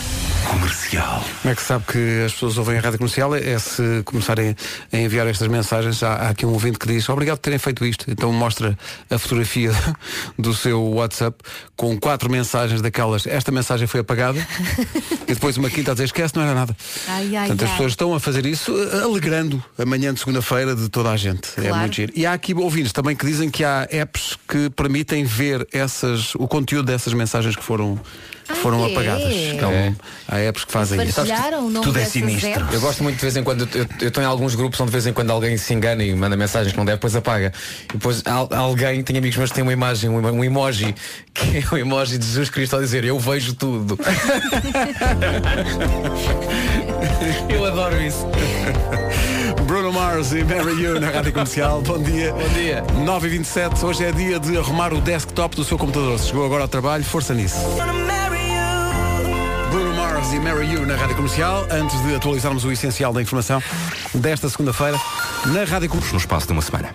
Speaker 1: Comercial. Como é que se sabe que as pessoas ouvem a rádio comercial? É é se começarem a enviar estas mensagens. Há, há aqui um ouvinte que diz obrigado por terem feito isto. Então mostra a fotografia [LAUGHS] do seu WhatsApp com quatro mensagens daquelas. Esta mensagem foi
Speaker 4: [LAUGHS]
Speaker 1: apagada e depois uma quinta a dizer esquece, não era nada.
Speaker 4: Ai, ai,
Speaker 1: Portanto, as
Speaker 4: ai.
Speaker 1: pessoas estão a fazer isso eh, alegrando a manhã de segunda-feira de toda a gente. É
Speaker 4: Claro.
Speaker 1: muito giro. E há aqui ouvintes também que dizem que há apps que permitem ver essas, o conteúdo dessas mensagens que foram, que foram
Speaker 4: é?
Speaker 1: apagadas. Então, há apps que fazem isso.
Speaker 4: Partilharam o nome Tudo é dessas sinistro. apps?
Speaker 5: Eu gosto muito de vez em quando, eu- eu estou em alguns grupos onde de vez em quando alguém se engana e manda mensagens que não deve, depois apaga. E depois al- alguém, tem amigos meus que têm uma imagem, um, emo- um emoji, que é um emoji de Jesus Cristo a dizer eu vejo
Speaker 4: [LAUGHS]
Speaker 5: tudo. [LAUGHS] eu adoro isso.
Speaker 1: [LAUGHS] Bruno Mars e Mary You na Rádio Comercial. Bom dia. Bom dia. 9h27, hoje é dia de arrumar o desktop do seu computador. Se chegou agora ao trabalho, força nisso. Bruno Mars e Mary You na Rádio Comercial. Antes de atualizarmos o essencial da informação desta segunda-feira, na Rádio Comercial.
Speaker 3: No espaço de uma semana.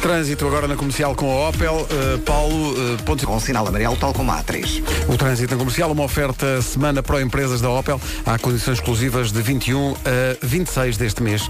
Speaker 1: Trânsito agora na comercial com a Opel. Eh, Paulo, eh, ponto...
Speaker 15: Com sinal amarelo, tal como a A3.
Speaker 1: O trânsito na comercial, uma oferta semana para empresas da Opel. Há condições exclusivas de 21 a 26 deste mês.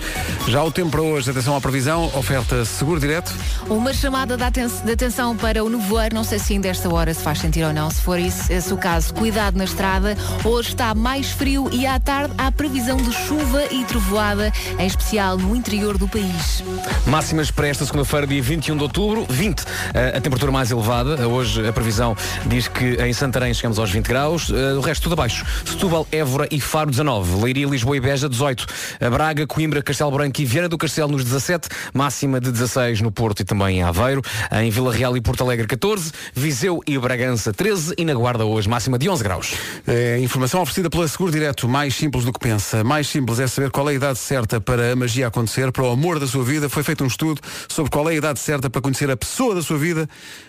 Speaker 1: Já o tempo para hoje, atenção à previsão, oferta seguro direto.
Speaker 4: Uma chamada de aten- de atenção para o nevoeiro, não sei se ainda esta hora se faz sentir ou não, se for isso, esse o caso, cuidado na estrada. Hoje está mais frio e à tarde há previsão de chuva e trovoada, em especial no interior do país.
Speaker 5: Máximas para esta segunda-feira, dia 21 de outubro, 20 eh, a temperatura mais elevada. Eh, Hoje a previsão diz que em Santarém chegamos aos 20 graus, eh, o resto tudo abaixo. Setúbal, Évora e Faro 19, Leiria, Lisboa e Beja 18, a Braga, Coimbra, Castelo Branco e Viana do Castelo nos 17, máxima de 16 no Porto e também em Aveiro, em Vila Real e Porto Alegre 14, Viseu e Bragança 13 e na Guarda hoje máxima de 11 graus.
Speaker 1: É, informação oferecida pela Seguro Direto, mais simples do que pensa. Mais simples é saber qual é a idade certa para a magia acontecer, para o amor da sua vida. Foi feito um estudo sobre qual é a idade certa para conhecer a pessoa da sua vida.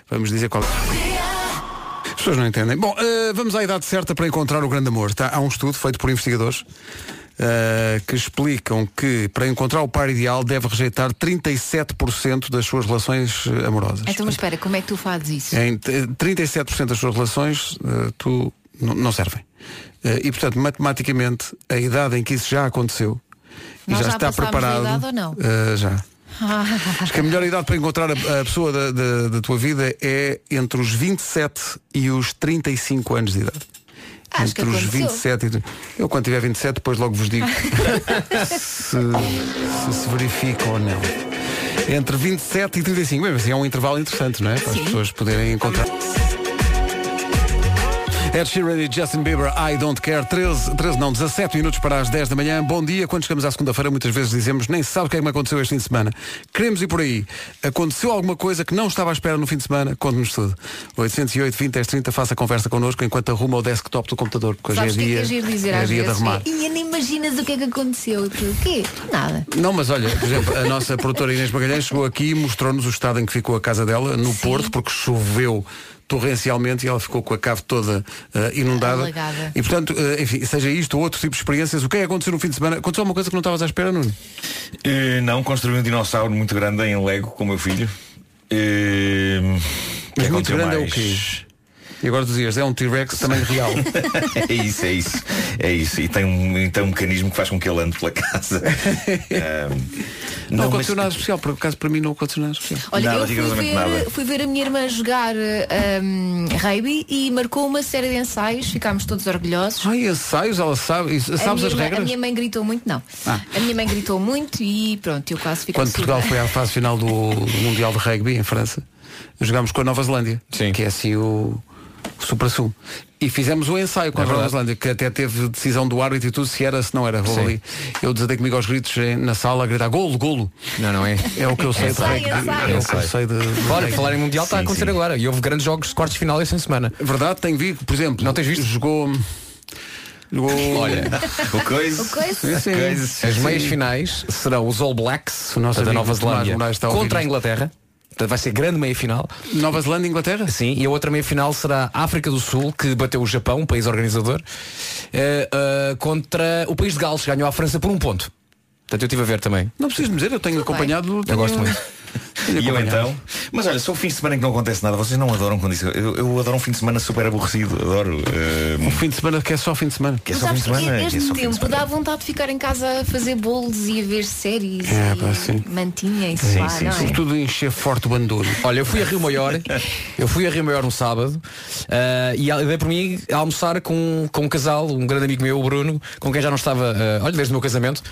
Speaker 1: Vamos dizer qual é. As pessoas não entendem. Bom, eh, vamos à idade certa para encontrar o grande amor. Tá, há um estudo feito por investigadores eh, que explicam que para encontrar o par ideal deve rejeitar 37% das suas relações eh, amorosas.
Speaker 4: Então, mas espera, como é que tu fazes isso?
Speaker 1: Em t- 37% das suas relações eh, tu n- não servem. Eh, e portanto, matematicamente, a idade em que isso já aconteceu
Speaker 4: Nós
Speaker 1: e já,
Speaker 4: já
Speaker 1: está
Speaker 4: passámos da
Speaker 1: preparado.
Speaker 4: idade ou não?
Speaker 1: eh, já.
Speaker 4: Ah.
Speaker 1: Acho que a melhor idade para encontrar a, a pessoa da, da- da tua vida é entre os 27 e os 35 anos de idade.
Speaker 4: Acho que
Speaker 1: entre os
Speaker 4: aconteceu.
Speaker 1: 27 e. Eu quando tiver 27 depois logo vos
Speaker 4: [LAUGHS]
Speaker 1: digo se, se se verifica ou não. Entre 27 e 35, mesmo assim é um intervalo interessante, não é? Para as pessoas poderem encontrar. Ed Sheeran e Justin Bieber, I Don't Care, 13, 13 não, 17 minutos para as 10 da manhã. Bom dia, quando chegamos à segunda-feira muitas vezes dizemos, nem sabe o que é que me aconteceu este fim de semana. Queremos ir por aí. Aconteceu alguma coisa que não estava à espera no fim de semana? Conte-nos tudo. 808 20 10 30, faça conversa connosco enquanto arruma o desktop do computador, porque hoje
Speaker 4: Sabes o
Speaker 1: é dia,
Speaker 4: que é que é giro dizer
Speaker 1: é
Speaker 4: às
Speaker 1: dia de
Speaker 4: vezes?
Speaker 1: arrumar.
Speaker 4: E nem imaginas o que é que aconteceu. Tu, o quê? Nada.
Speaker 1: Não, mas olha, por exemplo, a nossa produtora Inês Magalhães chegou aqui e mostrou-nos o estado em que ficou a casa dela, no Porto, porque choveu torrencialmente e ela ficou com a cave toda eh, inundada.
Speaker 4: Alagada.
Speaker 1: E portanto, eh, enfim, seja isto ou outro tipo de experiências, o que é que aconteceu no fim de semana? Aconteceu uma coisa que não estavas à espera, Nuno?
Speaker 6: Eh, não, construí um dinossauro muito grande em Lego com o meu filho. Eh,
Speaker 1: Mas
Speaker 6: que
Speaker 1: muito
Speaker 6: aconteceu
Speaker 1: grande é o
Speaker 6: mais?
Speaker 1: quê? E agora dizias, é um T-Rex também real.
Speaker 6: [LAUGHS] é isso, é isso. É isso. E tem um, e tem um mecanismo que faz com que ele ande pela casa.
Speaker 1: [LAUGHS]
Speaker 6: Ahm,
Speaker 1: Não,
Speaker 6: mas-
Speaker 1: aconteceu nada especial, por acaso para mim não aconteceu nada especial.
Speaker 4: Olha,
Speaker 6: Nada,
Speaker 4: eu fui
Speaker 6: rigorosamente
Speaker 4: ver,
Speaker 6: nada.
Speaker 4: fui ver a minha irmã jogar um, rugby e marcou uma série de ensaios, ficámos todos orgulhosos.
Speaker 1: Ai, ensaios, ela sabe, e
Speaker 4: A
Speaker 1: sabes
Speaker 4: minha
Speaker 1: as
Speaker 4: irmã-
Speaker 1: regras?
Speaker 4: A minha mãe gritou muito, não.
Speaker 1: Ah.
Speaker 4: A minha mãe gritou muito e pronto, eu quase fiquei
Speaker 1: Quando
Speaker 5: assim.
Speaker 1: Portugal
Speaker 4: surda.
Speaker 1: foi à fase final do, do Mundial de Rugby em França, jogámos com a Nova Zelândia, que é assim o, o supra E fizemos um ensaio com
Speaker 5: É
Speaker 1: a Nova
Speaker 5: verdade.
Speaker 1: Zelândia, que até teve decisão do árbitro e tudo, se era, se não era. Vou
Speaker 5: Sim.
Speaker 1: ali. Eu desatei comigo aos gritos em- na sala a gritar golo, golo.
Speaker 5: Não, não é.
Speaker 1: É o que eu sei de
Speaker 5: Ensaio,
Speaker 1: rugby.
Speaker 5: ensaio.
Speaker 1: É o que eu sei de. de
Speaker 5: Olha,
Speaker 1: rugby.
Speaker 5: falar em Mundial está a acontecer agora. E houve grandes jogos de quartos de final esta semana.
Speaker 1: É Verdade, tenho visto, por exemplo. Não tens visto? Jogou. Jogou.
Speaker 5: Olha,
Speaker 6: o coisa.
Speaker 1: Sim, sim.
Speaker 5: As
Speaker 1: Sim.
Speaker 5: meias finais serão os All Blacks
Speaker 1: O nosso
Speaker 5: da
Speaker 1: amigo
Speaker 5: Nova
Speaker 1: Tomás
Speaker 5: Zelândia
Speaker 1: Moraes está a ouvir
Speaker 5: contra a
Speaker 1: isto.
Speaker 5: Inglaterra. Portanto, Vai ser grande meia final.
Speaker 1: Nova Zelândia e Inglaterra?
Speaker 5: Sim, e a outra meia final será a África do Sul, que bateu o Japão, um país organizador, eh, eh, contra o país de Gales, que ganhou a França por um ponto. Portanto, eu estive a ver também.
Speaker 1: Não preciso dizer, eu tenho acompanhado.
Speaker 5: Eu gosto muito.
Speaker 6: E eu
Speaker 5: acompanhado.
Speaker 6: então? Mas olha, são fins de semana em que não acontece nada. Vocês não adoram quando isso. Eu, eu adoro um fim de semana super aborrecido. Adoro. Um
Speaker 1: fim de semana que é né? só fim de semana.
Speaker 6: Que é
Speaker 4: Mas
Speaker 6: só fim de
Speaker 4: sabes que
Speaker 6: semana. que é
Speaker 4: este
Speaker 6: só fim de
Speaker 4: tempo dá vontade de ficar em casa a fazer bolos e a ver séries
Speaker 1: É,
Speaker 4: e
Speaker 1: pá, sim.
Speaker 4: mantinha e sei lá, não é?
Speaker 1: Sobretudo encher forte o bandulho.
Speaker 5: Olha, eu fui a Rio Maior, eu fui a Rio Maior no sábado eh, e al- dei por mim a almoçar com, com um casal, um grande amigo meu, o Bruno, com quem já não estava, eh, olha, desde o meu casamento,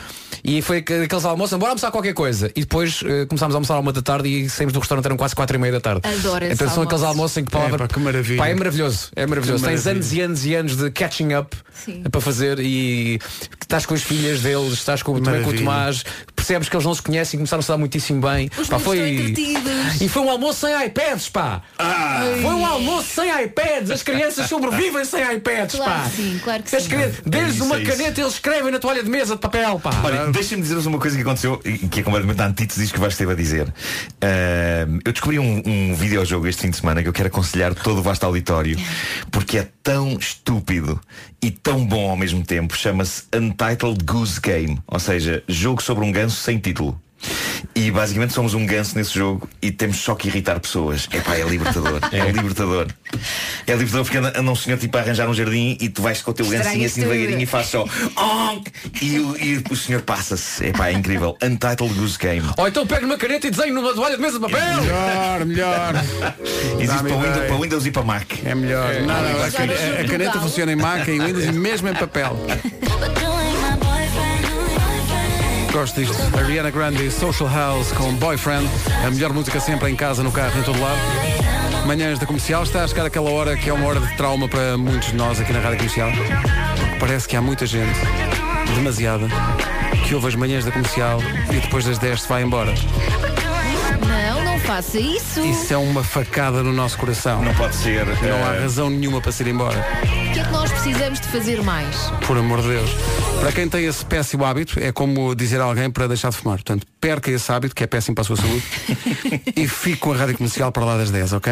Speaker 5: e foi que- aqueles almoços, bora almoçar qualquer coisa. E depois eh, começámos a almoçar à uma da tarde e saímos do restaurante, eram quase quatro e meia da tarde.
Speaker 4: Adoro esse
Speaker 5: Então são aqueles
Speaker 4: almoço.
Speaker 5: almoços em que palavra.
Speaker 1: Epá, que maravilha.
Speaker 5: Pá, é maravilhoso, é maravilhoso.
Speaker 1: Que
Speaker 5: Tens
Speaker 1: maravilha.
Speaker 5: anos e anos e anos de catching up
Speaker 4: Sim.
Speaker 5: para fazer e estás com as filhas deles, estás com, também com o
Speaker 1: Maravilha.
Speaker 5: Tomás, percebes que eles não se conhecem e começaram-se a dar muitíssimo bem.
Speaker 4: Os
Speaker 5: Pá,
Speaker 4: miúdos estão entretidos.
Speaker 5: e foi um almoço sem iPads, pá! Foi um almoço sem iPads! As crianças sobrevivem sem iPads,
Speaker 4: Claro
Speaker 5: pá!
Speaker 4: que sim, claro que
Speaker 5: As
Speaker 4: sim.
Speaker 5: crianças- Deles
Speaker 6: isso,
Speaker 5: uma
Speaker 6: é isso.
Speaker 5: caneta eles escrevem na toalha de mesa de papel, pá!
Speaker 6: Olha, deixa-me dizer-vos uma coisa que aconteceu e que é completamente a antítese disto que o Vasco esteve a dizer. Ahm, eu descobri um, um videojogo este fim de semana que eu quero aconselhar todo o vasto auditório porque é tão estúpido e tão bom ao mesmo tempo. Chama-se Untitled Goose Game, ou seja, jogo sobre um ganso sem título. E basicamente somos um ganso nesse jogo e temos só que irritar pessoas. Epá, é libertador. é libertador. É libertador porque anda, anda um senhor tipo a arranjar um jardim e tu vais com o teu
Speaker 2: Estranho
Speaker 6: gansinho assim
Speaker 2: tudo.
Speaker 6: devagarinho e faz só "Onk!" e, o, e o senhor passa-se. Epá, é incrível. Untitled Goose Game.
Speaker 5: Ou então pego uma caneta e desenho numa toalha de mesa de papel!
Speaker 1: Melhor, melhor.
Speaker 6: Existe
Speaker 1: Dá-me
Speaker 6: para Windows,
Speaker 1: ideia.
Speaker 6: para Windows e para Mac.
Speaker 1: É melhor.
Speaker 6: É.
Speaker 1: Nada,
Speaker 6: Ah,
Speaker 1: a,
Speaker 6: mas olha,
Speaker 1: caneta- a
Speaker 6: jogo
Speaker 1: caneta
Speaker 6: legal.
Speaker 1: funciona em Mac, em Windows e mesmo em papel. Gosto disto. Ariana Grande, Social House com Boyfriend. A melhor música sempre em casa, no carro, em todo lado. Manhãs da comercial. Está a chegar aquela hora que é uma hora de trauma para muitos de nós aqui na rádio comercial. Porque Parece que há muita gente, demasiada, que ouve as manhãs da comercial e depois das 10 se vai embora.
Speaker 4: Não, não faça isso.
Speaker 1: Isso é uma facada no nosso coração. Não
Speaker 6: pode ser. eh,
Speaker 1: Não há razão nenhuma para se ir embora.
Speaker 4: O que é que nós precisamos de fazer mais?
Speaker 1: Por amor de Deus. Para quem tem esse péssimo hábito, é como dizer a alguém para deixar de fumar. Portanto, perca esse hábito, que é péssimo para a sua
Speaker 6: [LAUGHS]
Speaker 1: saúde, e fique com a rádio comercial para lá das 10, ok?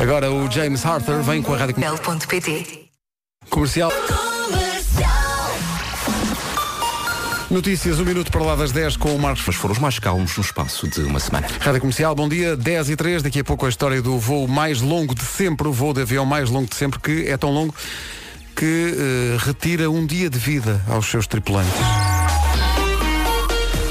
Speaker 1: Agora o James Arthur vem com a rádio comercial. Comercial. Notícias, um minuto para lá das 10 com o Marcos.
Speaker 3: Mas foram os mais calmos no espaço de uma semana.
Speaker 1: Rádio Comercial, bom dia, 10 e 3, daqui a pouco a história do voo mais longo de sempre, o voo de avião mais longo de sempre, que é tão longo que eh, retira um dia de vida aos seus tripulantes.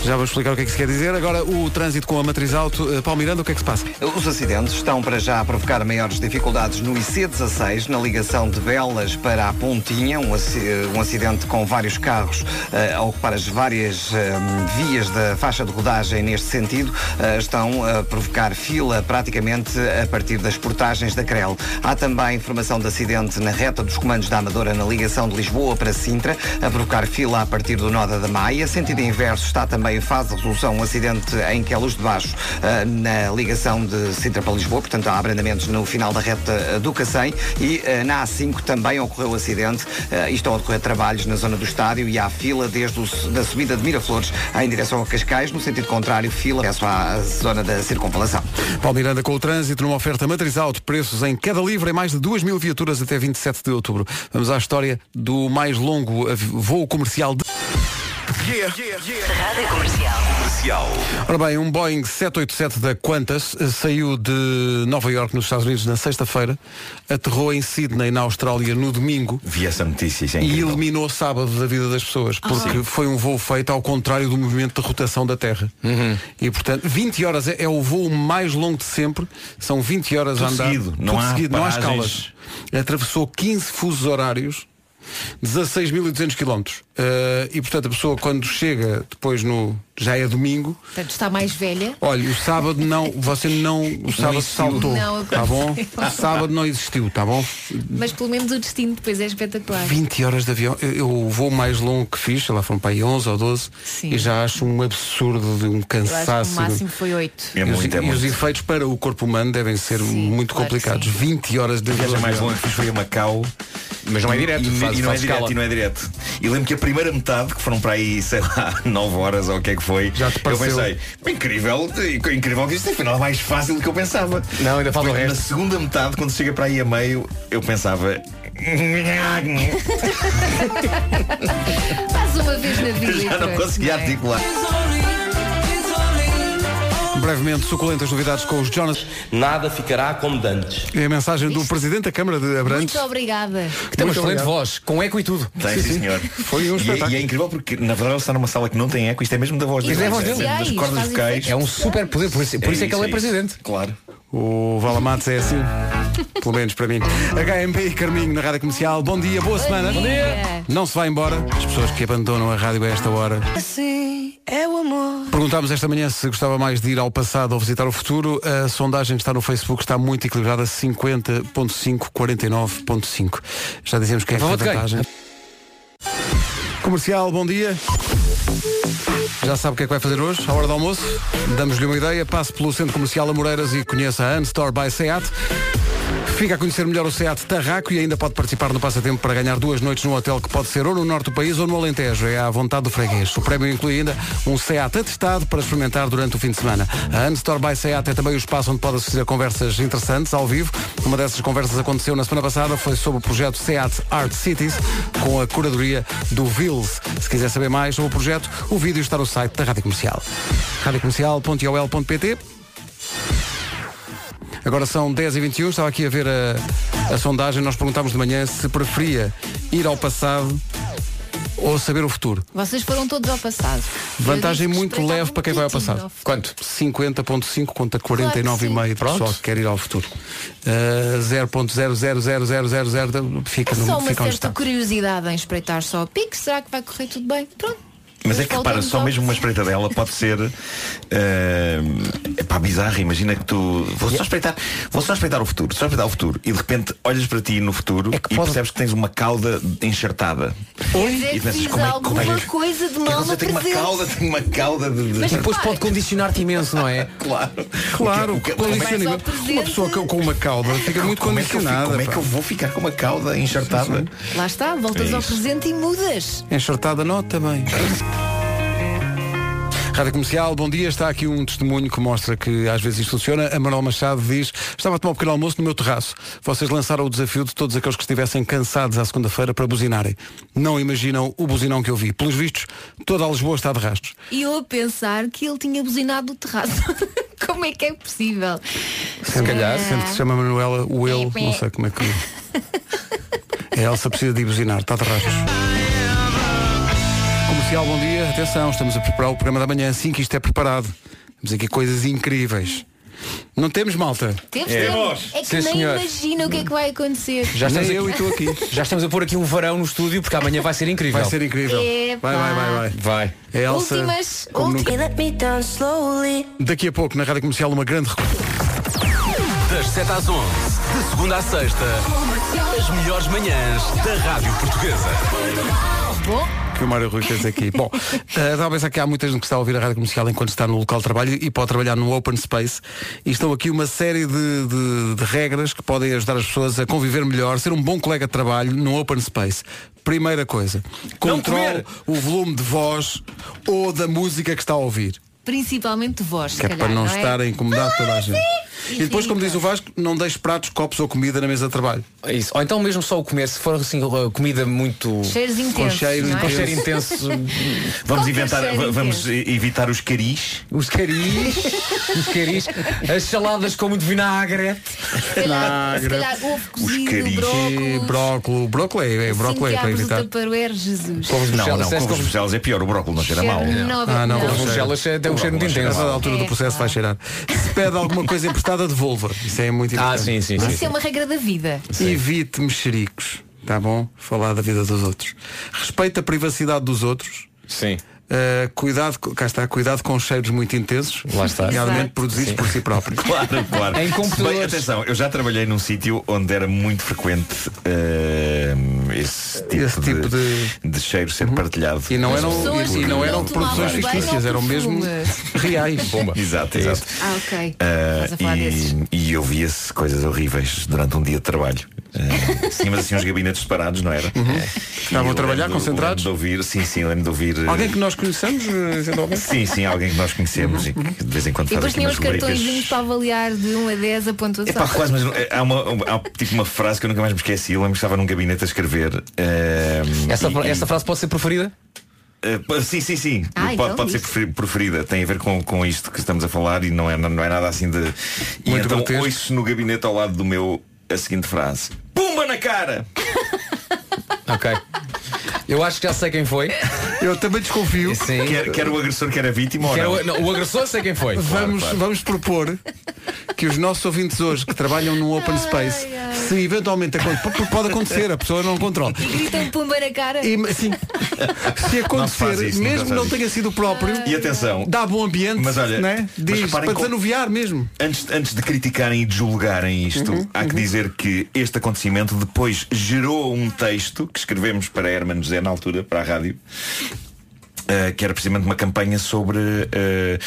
Speaker 1: Já vou explicar o que é que se quer dizer. Agora o trânsito com a matriz alto. Eh, Paulo Miranda, o que é que se passa?
Speaker 15: Os acidentes estão para já a provocar maiores dificuldades no IC16, na ligação de Belas para a Pontinha, um, aci- um acidente com vários carros eh, a ocupar as várias eh, vias da faixa de rodagem neste sentido, eh, estão a provocar fila praticamente a partir das portagens da Crel. Há também informação de acidente na reta dos comandos da Amadora, na ligação de Lisboa para Sintra, a provocar fila a partir do Noda da Maia. Sentido inverso está também em fase de resolução um acidente em Queluz de Baixo, eh, na ligação de Sintra para Lisboa, portanto há abrandamentos no final da reta eh, do Cacém e eh, na A5 também ocorreu acidente eh, e estão a decorrer trabalhos na zona do estádio e há fila desde o, su- da subida de Miraflores em direção a Cascais, no sentido contrário, fila acesso à zona da circunvalação.
Speaker 1: Paulo Miranda com o trânsito numa oferta matriz alto, preços em queda livre em mais de 2 mil viaturas até 27 de outubro. Vamos à história do mais longo avi- voo comercial de.
Speaker 8: Rádio Comercial.
Speaker 14: Comercial.
Speaker 1: Ora bem, um Boeing 787 da Qantas eh, saiu de Nova York, nos Estados Unidos, na sexta-feira, aterrou em Sydney, na Austrália, no domingo.
Speaker 6: Vi essa notícia, isso é
Speaker 1: E
Speaker 6: incrível.
Speaker 1: eliminou sábado da vida das pessoas, porque foi um voo feito ao contrário do movimento de rotação da Terra. E portanto, 20 horas é, é o voo mais longo de sempre, são 20 horas a
Speaker 6: Tudo
Speaker 1: andar.
Speaker 6: seguido, não
Speaker 1: tudo
Speaker 6: há
Speaker 1: seguido, não há
Speaker 6: paragens.
Speaker 1: escalas. Atravessou 15 fusos horários, 16.200 km. Eh, e portanto, a pessoa quando chega depois no. já é domingo.
Speaker 4: Portanto, está mais velha.
Speaker 1: Olha, o sábado não, você não, o sábado
Speaker 4: existiu.
Speaker 1: saltou,
Speaker 4: Não
Speaker 1: tá bom?
Speaker 4: aconteceu.
Speaker 1: O sábado não existiu, tá bom?
Speaker 4: Mas pelo menos o destino depois é espetacular.
Speaker 1: 20 horas de avião, eu, eu o voo mais longo que fiz, sei lá, foram para aí 11 ou 12, e já acho um absurdo de um
Speaker 4: Eu acho
Speaker 1: cansaço.
Speaker 4: que o máximo foi 8.
Speaker 5: É
Speaker 1: E os, e os efeitos para o corpo humano devem ser muito
Speaker 4: claro que
Speaker 1: complicados. 20 horas de
Speaker 6: A viagem
Speaker 1: avião.
Speaker 6: mais longa que fiz foi a Macau.
Speaker 5: Mas não é direto,
Speaker 6: e,
Speaker 5: faz-
Speaker 6: e não é
Speaker 5: faz escala.
Speaker 6: direto, e não é direto. E lembro que a primeira metade, que foram para aí, sei lá, [LAUGHS] 9 horas ou o que é que foi, eu
Speaker 5: pareceu?
Speaker 6: pensei, incrível, incrível que isto afinal é mais fácil do que eu pensava.
Speaker 5: Não, ainda falta o
Speaker 6: Depois,
Speaker 5: resto.
Speaker 6: Na segunda metade, quando chega para aí a meio, eu pensava.
Speaker 4: Faz uma
Speaker 1: [LAUGHS]
Speaker 4: vez na vida.
Speaker 6: Já não
Speaker 4: e pronto,
Speaker 6: conseguia
Speaker 4: é?
Speaker 6: articular.
Speaker 1: Brevemente, suculentas novidades com os Jonas.
Speaker 18: Nada ficará como dantes.
Speaker 1: É a mensagem do Presidente da Câmara de Abrantes.
Speaker 4: Muito obrigada. Então,
Speaker 1: Que tem uma excelente voz,
Speaker 5: com eco e tudo.
Speaker 6: Tem, sim, senhor.
Speaker 1: Foi
Speaker 6: um e, é, e é incrível porque, na verdade, ele está numa sala que não tem eco, isto é mesmo da voz
Speaker 5: Isto
Speaker 6: dele.
Speaker 5: é a voz dele.
Speaker 6: Das
Speaker 5: Faz
Speaker 6: cordas
Speaker 5: efeitos
Speaker 6: vocais.
Speaker 5: É um super poder, por isso, por isso é, que ele é presidente.
Speaker 6: Claro.
Speaker 1: O Valamates é assim. Pelo menos para mim. HMP e Carminho na Rádio Comercial. Bom dia, boa semana.
Speaker 19: Bom dia.
Speaker 1: Não se vai embora. As pessoas que abandonam a rádio a esta hora.
Speaker 19: Assim é o amor.
Speaker 1: Perguntámos esta manhã se gostava mais de ir ao passado ou visitar o futuro. A sondagem que está no Facebook está muito equilibrada, 50.5, 49.5. Já dizemos que é
Speaker 5: A
Speaker 1: esta
Speaker 5: favor de quem?
Speaker 1: vantagem. Comercial, bom dia. Já sabe o que é que vai fazer hoje, à hora do almoço? Damos-lhe uma ideia, passe pelo Centro Comercial Amoreiras e conheça a Unstore by Seat. Fica a conhecer melhor o Seat Tarraco e ainda pode participar no passatempo para ganhar duas noites num hotel que pode ser ou no norte do país ou no Alentejo. É à vontade do freguês. O prémio inclui ainda um Seat atestado para experimentar durante o fim de semana. A Unstore by Seat é também o espaço onde pode assistir a conversas interessantes ao vivo. Uma dessas conversas aconteceu na semana passada, foi sobre o projeto Seat Art Cities, com a curadoria do Vils. Se quiser saber mais sobre o projeto, o vídeo está no site da Rádio Comercial. radiocomercial.ol.pt Agora são 10h21, estava aqui a ver a, a sondagem, nós perguntámos de manhã se preferia ir ao passado ou saber o futuro.
Speaker 4: Vocês foram todos ao passado.
Speaker 1: Vantagem
Speaker 4: Eu disse que
Speaker 1: muito leve para quem vai ao passado. Quanto? 50.5 contra 49,5 de
Speaker 5: Pronto.
Speaker 1: pessoal que quer ir ao futuro. Uh, 0.00000 fica,
Speaker 4: Só
Speaker 1: no,
Speaker 4: uma
Speaker 1: fica onde
Speaker 4: certa
Speaker 1: está.
Speaker 4: curiosidade em espreitar só o pico. Será que vai correr tudo bem? Pronto.
Speaker 6: Mas é que repara, só mesmo uma espreita dela pode ser eh, epá, bizarra. Imagina que tu. Vou só, espreitar, vou só espreitar o futuro, só espreitar o futuro. E de repente olhas para ti no futuro e percebes que tens uma cauda enxertada.
Speaker 4: Quer
Speaker 6: E
Speaker 4: dizer,
Speaker 6: pensas,
Speaker 4: fiz
Speaker 6: como é- como
Speaker 4: alguma
Speaker 6: é-
Speaker 4: coisa
Speaker 6: É
Speaker 4: de
Speaker 6: que
Speaker 4: mal no
Speaker 6: você tem uma
Speaker 4: presente.
Speaker 6: cauda, tem uma cauda de. de-
Speaker 5: Mas depois pode condicionar-te imenso, não é?
Speaker 6: Claro.
Speaker 1: Claro,
Speaker 6: O que- o que-
Speaker 1: condiciona-
Speaker 6: como é que-
Speaker 1: uma pessoa que- com uma cauda fica muito
Speaker 6: Como é que eu fico-
Speaker 1: condicionada.
Speaker 6: como é
Speaker 1: pá.
Speaker 6: que eu vou ficar com uma cauda enxertada?
Speaker 4: Lá está, voltas
Speaker 1: É
Speaker 4: ao
Speaker 1: isso.
Speaker 4: presente e mudas.
Speaker 1: É Enxertada nota bem. Rádio Comercial, bom dia. Está aqui um testemunho que mostra que às vezes isto funciona. A Manuel Machado diz, estava a tomar um pequeno almoço no meu terraço. Vocês lançaram o desafio de todos aqueles que estivessem cansados à segunda-feira para buzinarem. Não imaginam o buzinão que eu vi. Pelos vistos, toda a Lisboa está de rastros.
Speaker 4: E eu a pensar que ele tinha buzinado do terraço. [LAUGHS] Como é que é possível?
Speaker 1: Se
Speaker 4: É.
Speaker 1: calhar, sendo que se chama Manuela, o ele, não sei como é que... é. A Elsa precisa de ir buzinar, está de rastros. Comercial, bom dia. Atenção, estamos a preparar o programa da manhã. Assim que isto é preparado, temos aqui coisas incríveis. Não temos, malta?
Speaker 4: Temos, temos. É que nem imagina o que é que vai acontecer.
Speaker 5: Já estamos
Speaker 1: Nem eu
Speaker 5: aqui- [LAUGHS]
Speaker 1: e
Speaker 5: Já estamos a pôr aqui um varão no estúdio porque amanhã vai ser incrível.
Speaker 1: Vai ser incrível.
Speaker 4: Epá.
Speaker 1: Vai, vai, vai, vai.
Speaker 5: Vai.
Speaker 1: É Elsa.
Speaker 4: Últimas,
Speaker 1: como
Speaker 4: últimas.
Speaker 1: nunca. Daqui a pouco, na Rádio Comercial, uma grande recu-
Speaker 14: Das 7 às 11, de segunda à sexta, as melhores manhãs da Rádio Portuguesa.
Speaker 4: Bom,
Speaker 1: que o Mário Rui fez aqui. Bom, eh, talvez aqui há muita gente que está a ouvir a Rádio Comercial enquanto está no local de trabalho e pode trabalhar no open space. E estão aqui uma série de, de- de regras que podem ajudar as pessoas a conviver melhor, ser um bom colega de trabalho no open space. Primeira coisa, controle
Speaker 4: comer.
Speaker 1: o volume de voz ou da música que está a ouvir.
Speaker 4: principalmente vós, se
Speaker 1: Que é
Speaker 4: calhar,
Speaker 1: para não,
Speaker 4: é?
Speaker 1: estar a incomodar toda a gente. E depois, como diz o Vasco, não deixe pratos, copos ou comida na mesa de trabalho.
Speaker 5: É Isso. Ou então mesmo só o comer, se for assim uh, comida muito.
Speaker 4: Cheiros
Speaker 5: com
Speaker 4: intensos,
Speaker 5: cheiro,
Speaker 4: não é?
Speaker 5: com cheiro intenso.
Speaker 4: [LAUGHS]
Speaker 6: Vamos inventar,
Speaker 5: cheiro
Speaker 6: va- vamos evitar os caris.
Speaker 5: Os caris, os caris, as saladas com muito vinagre.
Speaker 4: calhar- se calhar ovo cozido,
Speaker 1: brócolis,
Speaker 4: brócolis,
Speaker 1: brócolis, é, é brócolis é para
Speaker 4: assim que abres o
Speaker 1: evitar.
Speaker 4: tupperware, Jesus.
Speaker 6: Não, não, couves Bruxelas é pior, o brócolis não cheira
Speaker 4: Cheira
Speaker 6: mal.
Speaker 4: não,
Speaker 1: Ah, não,
Speaker 4: não.
Speaker 1: couves
Speaker 4: Não.
Speaker 1: Bruxelas é- tem um
Speaker 4: O
Speaker 1: cheiro muito
Speaker 4: brócolis
Speaker 1: intenso.
Speaker 4: cheira mal.
Speaker 1: A altura do
Speaker 4: É,
Speaker 1: processo vai cheirar. Se pede alguma coisa emprestada, devolva. Isso é muito importante. Ah, sim, sim,
Speaker 4: Isso é uma regra da vida.
Speaker 1: Evite mexericos, tá bom? Falar da vida dos outros. Respeita a privacidade dos outros. Eh,
Speaker 5: Sim.
Speaker 1: cuidado, co- cá está, cuidado com cheiros muito intensos,
Speaker 6: Lá está.
Speaker 1: realmente
Speaker 6: Exato.
Speaker 1: produzidos por si próprio.
Speaker 6: [LAUGHS] Claro, claro.
Speaker 1: Em
Speaker 6: Se
Speaker 1: computadores.
Speaker 6: Bem, atenção, eu já trabalhei num sítio onde era muito frequente ehm, esse tipo, de, de cheiro ser partilhado.
Speaker 1: Uhum. E não eram, e, e não eram produções
Speaker 6: Claro.
Speaker 1: fictícias, eram mesmo reais.
Speaker 6: [LAUGHS] Exato, exato.
Speaker 4: Ah, ok.
Speaker 6: Ah,
Speaker 4: Estás a falar desses.
Speaker 6: e, e eu via-se coisas horríveis durante um dia de trabalho. Ah, tínhamos assim uns gabinetes separados, não era? Eh, Estavam
Speaker 1: Uhum. a trabalhar, concentrados?
Speaker 6: De ouvir, sim, sim, lembro de ouvir. eh,
Speaker 1: Alguém que nós conheçamos? eh, sendo alguém?
Speaker 6: Sim, sim, alguém que nós conhecemos e que de vez em quando
Speaker 4: E
Speaker 6: faz aqui
Speaker 4: depois tinha
Speaker 6: umas
Speaker 4: os
Speaker 6: rubricas.
Speaker 4: cartõezinhos para avaliar de 1 a 10 a pontuação.
Speaker 6: Epá, quase, mas eh, há, uma, há tipo uma frase que eu nunca mais me esqueci. Eu lembro que estava num gabinete a escrever. ehm,
Speaker 5: Essa,
Speaker 6: e-
Speaker 5: fra-
Speaker 6: e-
Speaker 5: essa frase pode ser preferida?
Speaker 6: eh, pa- sim, sim, sim.
Speaker 5: Ah,
Speaker 6: pode
Speaker 5: então
Speaker 6: pode ser
Speaker 5: diz.
Speaker 6: preferi- preferida. Tem a ver com, com isto que estamos a falar e não é, não é nada assim de. E
Speaker 1: Muito
Speaker 6: então
Speaker 1: grotesco.
Speaker 6: ouço no gabinete ao lado do meu a seguinte frase. Pumba na cara!
Speaker 5: Ok. Eu acho que já sei quem foi.
Speaker 1: Eu também desconfio.
Speaker 5: Sim.
Speaker 6: Quer, quer o agressor, quer a vítima
Speaker 5: Quer
Speaker 6: ou
Speaker 5: o- não, o agressor sei quem foi.
Speaker 1: Vamos, vamos propor que os nossos ouvintes hoje que trabalham num open space, se eventualmente aconte- porque pode acontecer, a pessoa não controla.
Speaker 4: [LAUGHS] E gritam pumba na cara.
Speaker 1: E, sim. Se
Speaker 6: Não se faz
Speaker 1: acontecer,
Speaker 6: isso, nunca
Speaker 1: mesmo
Speaker 6: se faz
Speaker 1: não
Speaker 6: isso.
Speaker 1: tenha sido o próprio,
Speaker 6: E atenção.
Speaker 1: dá bom ambiente,
Speaker 6: Mas olha,
Speaker 1: né?
Speaker 6: mas
Speaker 1: Diz,
Speaker 6: reparem
Speaker 1: para
Speaker 6: com-
Speaker 1: desanuviar mesmo.
Speaker 6: Antes, antes de criticarem e de julgarem isto,
Speaker 1: Uhum,
Speaker 6: há que dizer que este acontecimento depois gerou um texto que escrevemos para Herman José na altura, para a rádio. eh, que era precisamente uma campanha sobre. eh,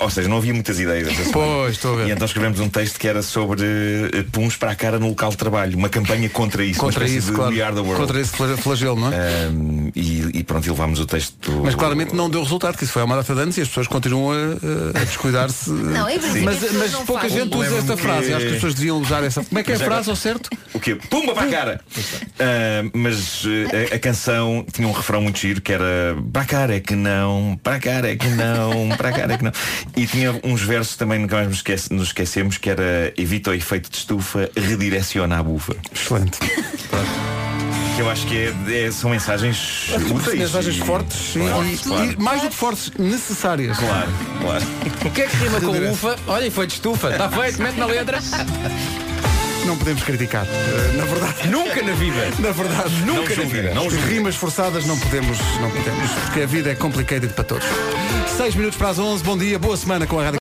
Speaker 6: ou seja, não havia muitas ideias. esta semana.
Speaker 1: Pois, estou a ver.
Speaker 6: E então escrevemos um texto que era sobre eh, puns para a cara no local de trabalho. Uma campanha contra isso. uma
Speaker 1: Contra
Speaker 6: espécie
Speaker 1: isso,
Speaker 6: de
Speaker 1: claro.
Speaker 6: We Are the World.
Speaker 1: Contra esse fla- flagelo, não
Speaker 6: é? e, e pronto, e levámos o texto.
Speaker 1: Mas claramente não deu resultado, que isso foi há uma data de anos e as pessoas continuam a, a- a descuidar-se.
Speaker 6: [LAUGHS] Não, em princípio, as
Speaker 1: mas
Speaker 6: pessoas
Speaker 1: mas
Speaker 6: não
Speaker 1: pouca
Speaker 6: fazem.
Speaker 1: gente usa esta
Speaker 6: Lembro-me
Speaker 1: frase.
Speaker 6: que-
Speaker 1: Eu Acho que as pessoas deviam usar essa. Como é que é a
Speaker 6: Já
Speaker 1: frase,
Speaker 6: agora-
Speaker 1: ao certo?
Speaker 6: O quê? Pumba para a cara!
Speaker 1: Então.
Speaker 6: Ah, mas eh, a, a canção tinha um refrão muito giro que era para a cara é que não, para a cara é que não, para a cara é que não. E tinha uns versos também nunca mais nos, esquece- nos esquecemos que era evita o efeito de estufa, redireciona a bufa.
Speaker 1: Excelente.
Speaker 6: Que eu acho que é- é- são mensagens úteis.
Speaker 1: Mensagens
Speaker 6: e-
Speaker 1: fortes sim,
Speaker 6: Claro,
Speaker 1: e,
Speaker 6: claro.
Speaker 1: e mais do que fortes, necessárias.
Speaker 6: Claro, claro.
Speaker 5: é Tá O que é que rima com ufa? Olha, foi de estufa. Está feito, mete na letra.
Speaker 1: Não podemos criticar. Eh, Na verdade.
Speaker 5: Nunca na vida.
Speaker 1: Na verdade,
Speaker 5: Não
Speaker 1: nunca na
Speaker 5: julguem,
Speaker 1: vida.
Speaker 5: não julguem.
Speaker 1: Rimas forçadas não podemos, não podemos. Porque a vida é complicated para todos. 6 minutos para as 11. Bom dia, boa semana com a Rádio